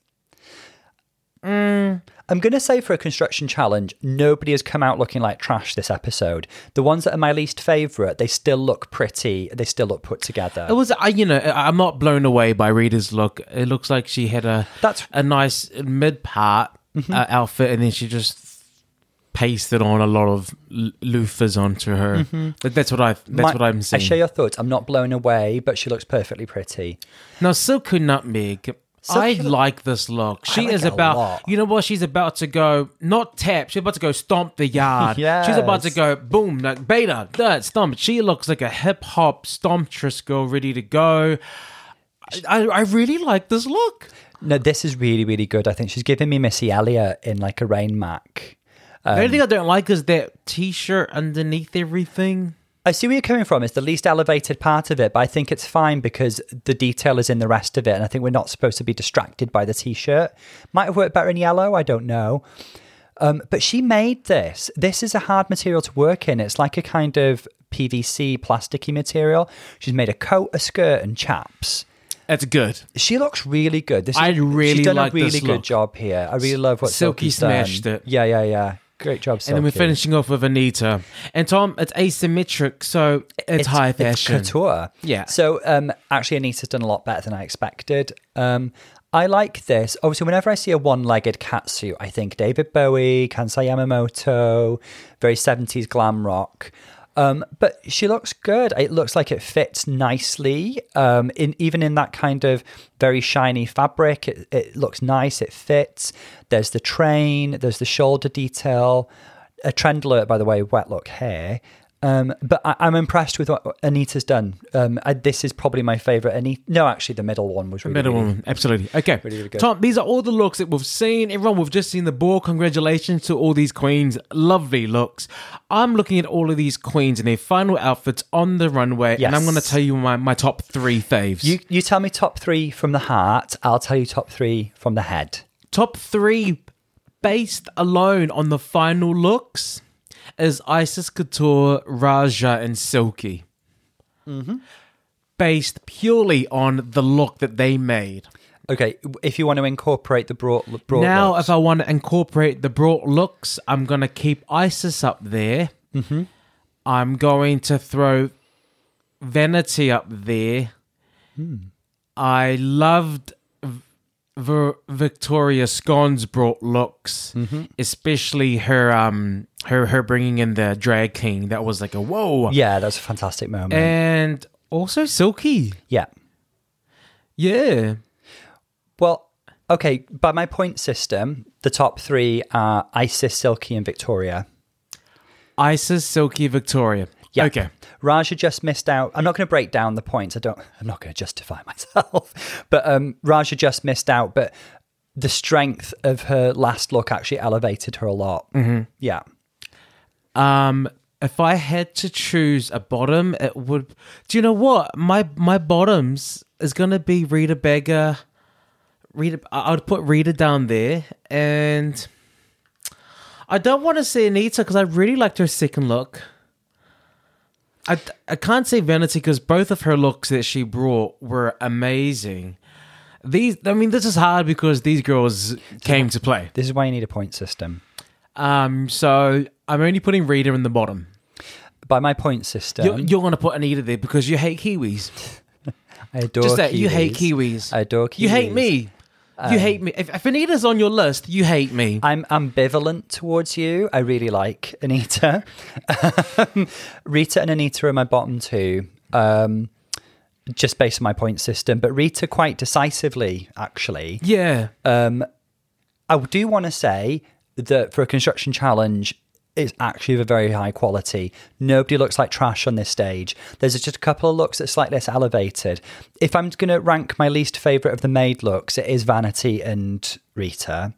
Speaker 2: I'm going to say for a construction challenge, nobody has come out looking like trash this episode. The ones that are my least favourite, they still look pretty. They still look put together.
Speaker 1: it was, I, you know, I- I'm not blown away by Rita's look. It looks like she had a,
Speaker 2: That's
Speaker 1: a nice mid part
Speaker 2: Mm-hmm.
Speaker 1: uh, outfit and then she just pasted on a lot of l- loofers onto her. That, that's what I, that's
Speaker 2: Mm-hmm. my-
Speaker 1: what I'm seeing.
Speaker 2: I share your thoughts. I'm not blown away, but she looks perfectly pretty.
Speaker 1: Now, Silky Nutmeg, I
Speaker 2: Silky-
Speaker 1: like this look. She
Speaker 2: like
Speaker 1: is
Speaker 2: it a
Speaker 1: about,
Speaker 2: lot.
Speaker 1: you know what? She's about to go, not tap, she's about to go stomp the
Speaker 2: <laughs>
Speaker 1: yard. She's about to
Speaker 2: Yes.
Speaker 1: go, boom, like beta, that stomp. She looks like a hip hop stomptress girl ready to go. I, I really like this look.
Speaker 2: No, this is really, really good. I think she's giving me Missy Elliott in like a rain mac.
Speaker 1: the
Speaker 2: Um,
Speaker 1: only thing I don't like is that t shirt underneath everything.
Speaker 2: I see where you're coming from. It's the least elevated part of it, but I think it's fine because the detail is in the rest of it. And I think we're not supposed to be distracted by the t shirt. Might have worked better in yellow. I don't know. Um, but she made this. This is a hard material to work in. It's like a kind of PVC plasticky material. She's made a coat, a skirt, and chaps.
Speaker 1: It's good.
Speaker 2: She looks really good. This
Speaker 1: I
Speaker 2: is,
Speaker 1: really
Speaker 2: she's done
Speaker 1: like
Speaker 2: a really
Speaker 1: this
Speaker 2: good
Speaker 1: look.
Speaker 2: job here. I really love what
Speaker 1: Silky
Speaker 2: Silky's done.
Speaker 1: smashed it.
Speaker 2: Yeah, yeah, yeah. Great job,
Speaker 1: And
Speaker 2: Silky.
Speaker 1: then we're finishing off with Anita. And Tom, it's asymmetric, so it's, high fashion.
Speaker 2: couture.
Speaker 1: Yeah.
Speaker 2: So um, actually, Anita's done a lot better than I expected. Um, I like this. Obviously, whenever I see a one-legged catsuit, I think David Bowie, Kansai Yamamoto, very seventies glam rock. Um, but she looks good. It looks like it fits nicely. Um, in even in that kind of very shiny fabric, it, it looks nice. It fits. There's the train. There's the shoulder detail. A trend alert, by the way. Wet look hair. Um, but I, I'm impressed with what Anita's done. Um, I, this is probably my favorite. Anita, no, actually, the middle one was really,
Speaker 1: Better
Speaker 2: really-
Speaker 1: woman, absolutely. Okay,
Speaker 2: really good.
Speaker 1: Tom. These are all the looks that we've seen. Everyone, we've just seen the ball. Congratulations to all these queens. Lovely looks. I'm looking at all of these queens and their final outfits on the runway,
Speaker 2: Yes.
Speaker 1: and I'm going to tell you my, my top three faves.
Speaker 2: You, you tell me top three from the heart. I'll tell you top three from the head.
Speaker 1: top three, based alone on the final looks, is Isis Couture, Raja, and Silky. Mm-hmm. Based purely on the look that they made.
Speaker 2: Okay, if you want to incorporate the broad, broad
Speaker 1: now,
Speaker 2: look.
Speaker 1: if I want to incorporate the brought looks, I'm going to keep Isis up there. Mm-hmm. I'm going to throw Vanity up there. I loved V- Ver- Victoria Scone's brought looks, especially her um her her bringing in the drag king. That was like a whoa,
Speaker 2: yeah, that's a fantastic moment.
Speaker 1: and also Silky.
Speaker 2: yeah.
Speaker 1: Yeah,
Speaker 2: Well, okay. By my point system, the top three are Isis, Silky, and Victoria.
Speaker 1: Isis, Silky, Victoria.
Speaker 2: Yeah.
Speaker 1: Okay.
Speaker 2: Raja just missed out. I'm not going to break down <laughs> the points. I don't. I'm not going to justify myself. But um, Raja just missed out. But the strength of her last look actually elevated her a lot. Mm-hmm. Yeah.
Speaker 1: Um, if I had to choose a bottom, it would. Do you know what my my bottoms is gonna be Rita Beggar. Rita, I I would put Rita down there, and I don't want to say Anita because I really liked her second look. I I can't say Vanity because both of her looks that she brought were amazing. These, I mean, this is hard because these girls came to play.
Speaker 2: This is why you need a point system.
Speaker 1: Um, so I'm only putting Rita in the bottom.
Speaker 2: By my point system,
Speaker 1: You're, you're going to put Anita there because you hate Kiwis.
Speaker 2: I adore
Speaker 1: Just that you hate
Speaker 2: Kiwis.
Speaker 1: Kiwis.
Speaker 2: I adore
Speaker 1: You hate Um,
Speaker 2: Kiwis.
Speaker 1: me. you hate me. If, if Anita's on your list, you hate me.
Speaker 2: I'm ambivalent towards you. I really like Anita. <laughs> Um, Rita and Anita are my bottom two, um, just based on my point system. But Rita quite decisively, actually.
Speaker 1: yeah.
Speaker 2: I do want to say that for a construction challenge, it's actually of a very high quality. Nobody looks like trash on this stage. There's just a couple of looks that's slightly less elevated. If I'm going to rank my least favourite of the maid looks, it is Vanity and Rita,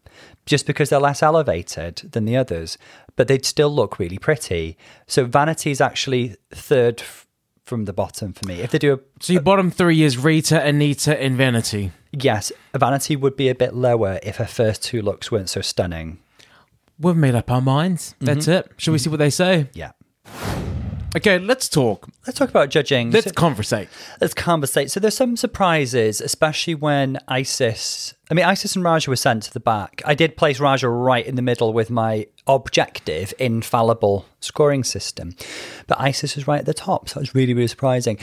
Speaker 2: just because they're less elevated than the others, but they'd still look really pretty. So Vanity's actually third f- from the bottom for me. If they do a
Speaker 1: so your bottom three is Rita, Anita, and Vanity.
Speaker 2: yes, Vanity would be a bit lower if her first two looks weren't so stunning.
Speaker 1: We've made up our minds. That's it. Shall we see what they say?
Speaker 2: Yeah.
Speaker 1: Okay, let's talk.
Speaker 2: Let's talk about judging.
Speaker 1: Let's
Speaker 2: So-
Speaker 1: conversate.
Speaker 2: let's conversate. So there's some surprises, especially when ISIS. I mean, ISIS and Raja were sent to the back. I did place Raja right in the middle with my objective, infallible scoring system, but ISIS was right at the top. So that was really, really surprising.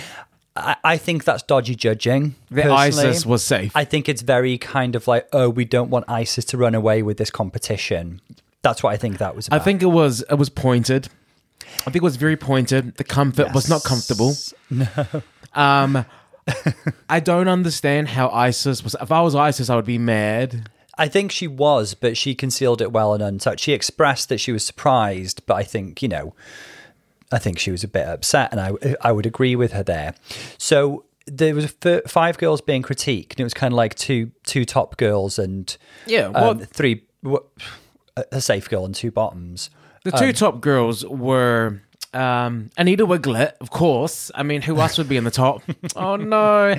Speaker 2: I, I think that's dodgy judging.
Speaker 1: The
Speaker 2: personally.
Speaker 1: ISIS was safe.
Speaker 2: I think it's very kind of like, oh, we don't want ISIS to run away with this competition. That's what I think that was
Speaker 1: I
Speaker 2: about.
Speaker 1: think it was it was pointed. I think it was very pointed. The comfort was not comfortable. No. <laughs> Um I don't understand how ISIS was if I was ISIS I would be mad.
Speaker 2: I think she was, but she concealed it well and untouched. She expressed that she was surprised, but I think you know, I think she was a bit upset, and I I would agree with her there. So there was f- five girls being critiqued, and it was kind of like two two top girls and
Speaker 1: Yeah, well-
Speaker 2: um, three w- a safe girl and two bottoms.
Speaker 1: The
Speaker 2: Um,
Speaker 1: two top girls were um, Anita Wiglet, of course. I mean, who else would be in the
Speaker 2: <laughs>
Speaker 1: top? oh no,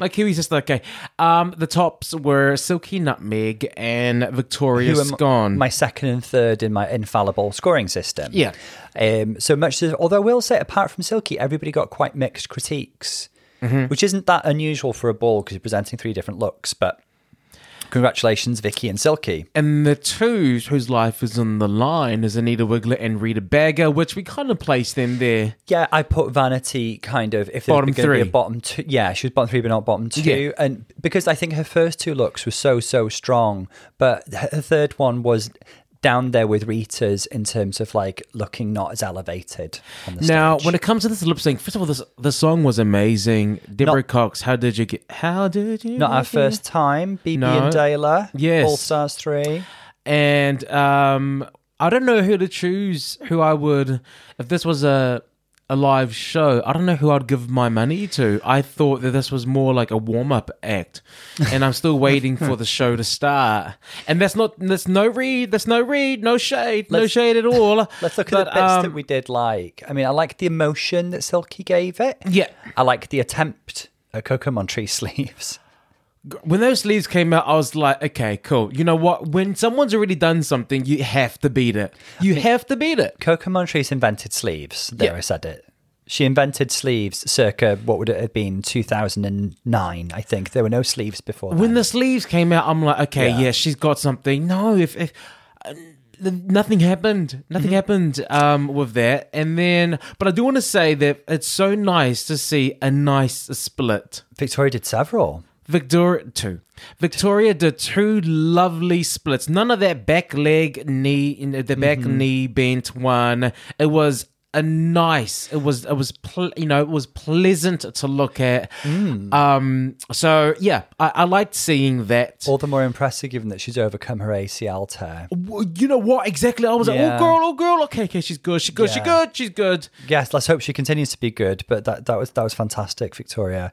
Speaker 1: my Kiwi's just okay. Um, the tops were Silky Nutmeg and Victoria
Speaker 2: who am-
Speaker 1: Scone.
Speaker 2: my second and third in my infallible scoring system.
Speaker 1: Yeah.
Speaker 2: Um, so much as, although I will say, apart from Silky, everybody got quite mixed critiques,
Speaker 1: Mm-hmm.
Speaker 2: which isn't that unusual for a ball because you're presenting three different looks. But congratulations, Vicky and Silky.
Speaker 1: and the twos whose life is on the line is Anita Wiglet and Rita Bagger, which we kind of placed them there.
Speaker 2: Yeah, I put Vanity kind of if there's
Speaker 1: Bottom
Speaker 2: going to be a
Speaker 1: three.
Speaker 2: bottom two. Yeah, she was bottom three, but not bottom two.
Speaker 1: Yeah.
Speaker 2: And because I think her first two looks were so so strong, but her her third one was down there with Rita's in terms of like looking not as elevated. On the
Speaker 1: Now,
Speaker 2: stage.
Speaker 1: when it comes to this lip sync, first of all, this the song was amazing. Deborah
Speaker 2: Not-
Speaker 1: Cox, how did you get? How did you?
Speaker 2: Not our
Speaker 1: get-
Speaker 2: first time. BB
Speaker 1: No.
Speaker 2: and Dayla.
Speaker 1: Yes.
Speaker 2: All Stars 3.
Speaker 1: and um, I don't know who to choose. Who I would, if this was a a live show, I don't know who I'd give my money to. I thought that this was more like a warm up act, and I'm still waiting for the show to start. And that's not that's no read, that's no read, no shade, no
Speaker 2: Let's-
Speaker 1: shade at all.
Speaker 2: <laughs> Let's look at
Speaker 1: But,
Speaker 2: the bits
Speaker 1: um,
Speaker 2: that we did like. I mean, I like the emotion that Silky gave it.
Speaker 1: Yeah.
Speaker 2: I like the attempt at Coco Montree <laughs> sleeves.
Speaker 1: When those sleeves came out, I was like, okay, cool. You know what? When someone's already done something, you have to beat it. You have to beat it.
Speaker 2: Coco Montree's invented sleeves. There,
Speaker 1: Yeah.
Speaker 2: I said it. She invented sleeves circa, what would it have been, 2009, I think. There were no sleeves before
Speaker 1: when
Speaker 2: then.
Speaker 1: the sleeves came out, I'm like, okay, yeah,
Speaker 2: Yeah.
Speaker 1: she's got something. No, if, if uh, nothing happened, nothing happened um, with that. And then, but I do want to say that it's so nice to see a nice split.
Speaker 2: Victoria did several.
Speaker 1: Victoria two, Victoria did two lovely splits. None of that back leg knee, the back knee bent one. It was a nice. It was it was ple- you know it was pleasant to look at. Um, so yeah, I, I liked seeing that.
Speaker 2: All the more impressive given that she's overcome her ACL tear.
Speaker 1: Well, you know what exactly? I was like, oh
Speaker 2: Yeah.
Speaker 1: girl, oh girl, okay, okay, she's good, she's good, she's
Speaker 2: Yeah.
Speaker 1: good, she's good.
Speaker 2: Yes, let's hope she continues to be good. But that, that was that was fantastic, Victoria.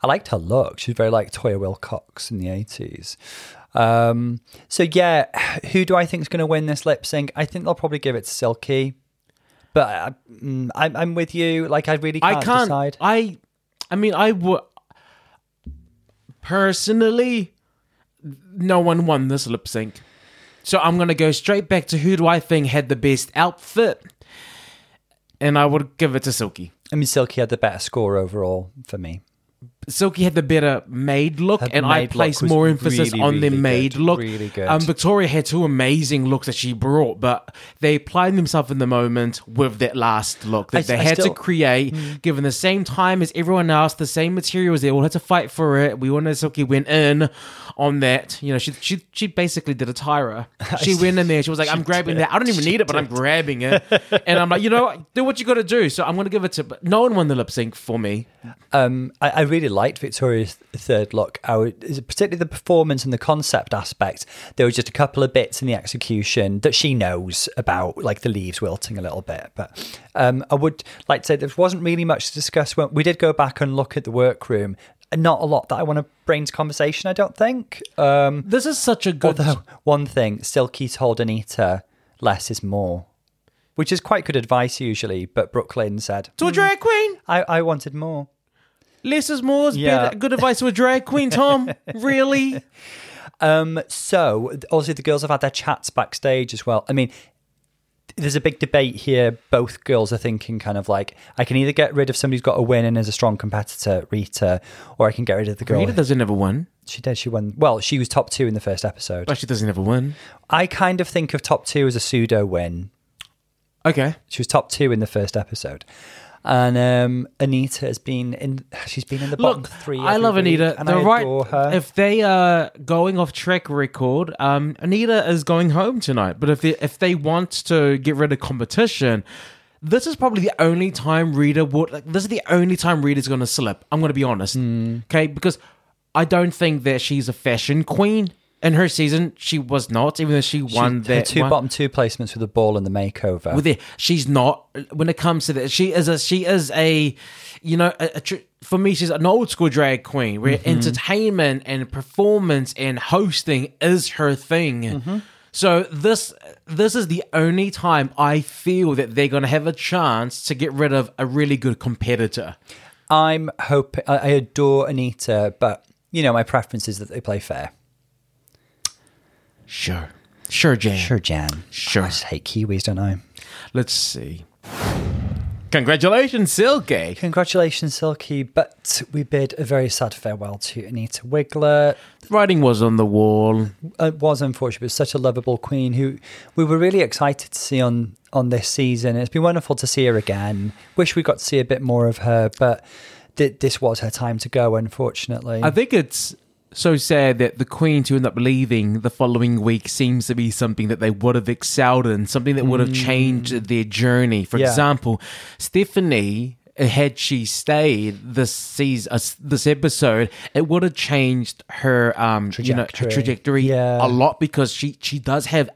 Speaker 2: I liked her look. She's very like Toya Wilcox in the eighties. Um, so yeah, who do I think is going to win this lip sync? I think they'll probably give it to Silky. But I, mm, I'm, I'm with you. Like I really can't,
Speaker 1: I can't.
Speaker 2: decide.
Speaker 1: I, I mean, I would personally. No one won this lip sync, so I'm gonna go straight back to who do I think had the best outfit, and I would give it to Silky.
Speaker 2: I mean, Silky had the better score overall for me.
Speaker 1: Silky had the better maid look,
Speaker 2: Her
Speaker 1: and I
Speaker 2: maid look
Speaker 1: place
Speaker 2: was
Speaker 1: more emphasis
Speaker 2: really,
Speaker 1: on the
Speaker 2: really
Speaker 1: maid
Speaker 2: good,
Speaker 1: look.
Speaker 2: really good.
Speaker 1: Um, Victoria had two amazing looks that she brought, but they applied themselves in the moment with that last look that
Speaker 2: I-
Speaker 1: they
Speaker 2: I
Speaker 1: had to
Speaker 2: still- Mm.
Speaker 1: create, given the same time as everyone else, the same materials. They all had to fight for it. We all know Silky went in on that. You know, she she she basically did a
Speaker 2: <laughs>
Speaker 1: Tyra. She went in there. She was like, "I'm grabbing that. I don't even need it, but I'm grabbing it." and I'm like, you know, what? do what you got to do. So I'm gonna give it to. But no one won the lip sync for me.
Speaker 2: Um, I, I really liked Victoria's third look. I would, is it particularly the performance and the concept aspect. There was just a couple of bits in the execution that she knows about, like the leaves wilting a little bit. But um, I would like to say there wasn't really much to discuss. When we did go back and look at the workroom, not a lot that I want to bring to conversation. I don't think. Um,
Speaker 1: This is such a good.
Speaker 2: although one thing, Silky told Anita, "Less is more," which is quite good advice usually. But Brooklyn said,
Speaker 1: to a drag queen.
Speaker 2: "I, I wanted more."
Speaker 1: Less is more is
Speaker 2: Yeah.
Speaker 1: better. Good advice to a drag queen,
Speaker 2: <laughs>
Speaker 1: Tom. really?
Speaker 2: Um, so obviously the girls have had their chats backstage as well. I mean, there's a big debate here. Both girls are thinking kind of like, I can either get rid of somebody who's got a win and is a strong competitor, Rita, or I can get rid of the girl.
Speaker 1: Rita doesn't ever win,
Speaker 2: She did. She won. Well, she was top two in the first episode.
Speaker 1: but she doesn't ever win.
Speaker 2: I kind of think of top two as a pseudo win.
Speaker 1: Okay.
Speaker 2: She was top two in the first episode. And um, Anita has been in. She's been in the bottom
Speaker 1: Look,
Speaker 2: three.
Speaker 1: I
Speaker 2: every
Speaker 1: love
Speaker 2: week,
Speaker 1: Anita.
Speaker 2: and
Speaker 1: They're
Speaker 2: I
Speaker 1: right.
Speaker 2: adore her.
Speaker 1: If they are going off track record, um, Anita is going home tonight. But if they, if they want to get rid of competition, this is probably the only time Rita would. Like, this is the only time Rita's going to slip. I'm going to be honest.
Speaker 2: Mm.
Speaker 1: Okay, because I don't think that she's a fashion queen. In her season, she was not, even though she won
Speaker 2: Her
Speaker 1: that
Speaker 2: two
Speaker 1: one.
Speaker 2: bottom two placements with the ball and the makeover.
Speaker 1: with it. She's not when it comes to that. She is a she is a you know a, a tr- for me she's an old school drag queen where entertainment and performance and hosting is her thing. So this this is the only time I feel that they're going to have a chance to get rid of a really good competitor.
Speaker 2: I'm hoping. I I adore Anita, but you know my preference is that they play fair.
Speaker 1: Sure, sure, Jane.
Speaker 2: Sure, Jan.
Speaker 1: Sure.
Speaker 2: I just hate Kiwis, don't I?
Speaker 1: Let's see. Congratulations, Silky.
Speaker 2: Congratulations, Silky, but we bid a very sad farewell to Anita Wiggler.
Speaker 1: Writing was on the wall.
Speaker 2: It was unfortunate, but such a lovable queen who we were really excited to see on on this season. It's been wonderful to see her again. Wish we got to see a bit more of her, but th- this was her time to go, unfortunately.
Speaker 1: I think it's so sad that the Queen to end up leaving the following week seems to be something that they would have excelled in, something that would have changed their journey. For
Speaker 2: Mm. Yeah.
Speaker 1: example, Stephanie. Had she stayed this season, uh, this episode, it would have changed her, um, you know, her
Speaker 2: Trajectory.
Speaker 1: trajectory
Speaker 2: Yeah.
Speaker 1: a lot because she she does have.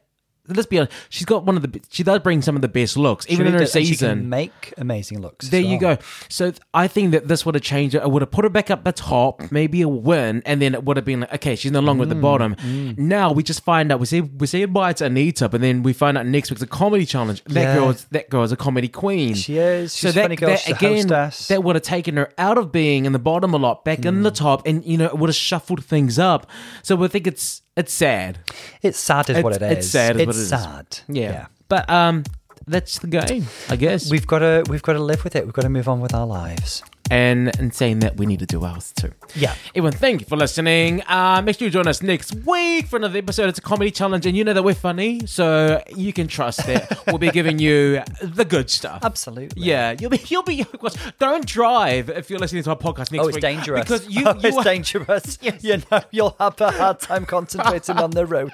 Speaker 1: Let's be honest, she's got one of the be- she does bring some of the best looks, even in her
Speaker 2: And she can
Speaker 1: season.
Speaker 2: make amazing looks. as
Speaker 1: There you
Speaker 2: well.
Speaker 1: go. So th- I think that this would have changed it. I would have put her back up the top,
Speaker 2: Mm.
Speaker 1: maybe a win, and then it would have been like, okay, she's no longer at the bottom.
Speaker 2: Mm.
Speaker 1: Now we just find out we say we say goodbye to Anita, but then we find out next week's a comedy challenge. That
Speaker 2: Yeah.
Speaker 1: girl is that girl is a comedy queen.
Speaker 2: She is. She's a funny girl. She's a hostess. Mm.
Speaker 1: that would have taken her out of being in the bottom a lot, back in the top, and you know, it would have shuffled things up. So I think it's it's sad.
Speaker 2: It's sad, is what it
Speaker 1: It's-
Speaker 2: is.
Speaker 1: it's sad is
Speaker 2: It's
Speaker 1: what it is.
Speaker 2: sad.
Speaker 1: Yeah. But um that's the game, I guess.
Speaker 2: We've got to we've got to live with it. We've got to move on with our lives.
Speaker 1: and and saying that we need to do ours too.
Speaker 2: Yeah.
Speaker 1: Everyone, thank you for listening. Uh, make sure you join us next week for another episode. It's a comedy challenge, and you know that we're funny, so you can trust that we'll be giving you the good stuff. <laughs>
Speaker 2: Absolutely.
Speaker 1: Yeah, you'll be you'll be watch. Don't drive if you're listening to our podcast next
Speaker 2: Oh,
Speaker 1: week.
Speaker 2: it's dangerous.
Speaker 1: because you,
Speaker 2: <laughs> oh,
Speaker 1: you
Speaker 2: it's
Speaker 1: are-
Speaker 2: dangerous.
Speaker 1: <laughs> Yes.
Speaker 2: You know, you'll have a hard time concentrating on the
Speaker 1: <laughs>
Speaker 2: road.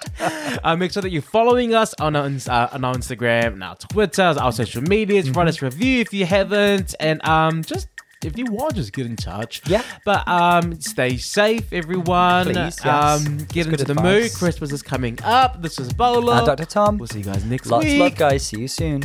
Speaker 1: Uh, make sure that you're following us on our, ins- uh, on our Instagram, and our Twitter, our social medias.
Speaker 2: Mm-hmm.
Speaker 1: Write us a review if you haven't, and um, just if you want, just get in touch.
Speaker 2: Yeah.
Speaker 1: But um, stay safe, everyone.
Speaker 2: Please, yes.
Speaker 1: Um,
Speaker 2: That's
Speaker 1: get
Speaker 2: good
Speaker 1: into the mood.
Speaker 2: advice.
Speaker 1: Christmas is coming up. This is Bolo.
Speaker 2: Uh, Dr. Tom.
Speaker 1: We'll see you guys next
Speaker 2: Lots of
Speaker 1: week.
Speaker 2: love, guys. See you soon.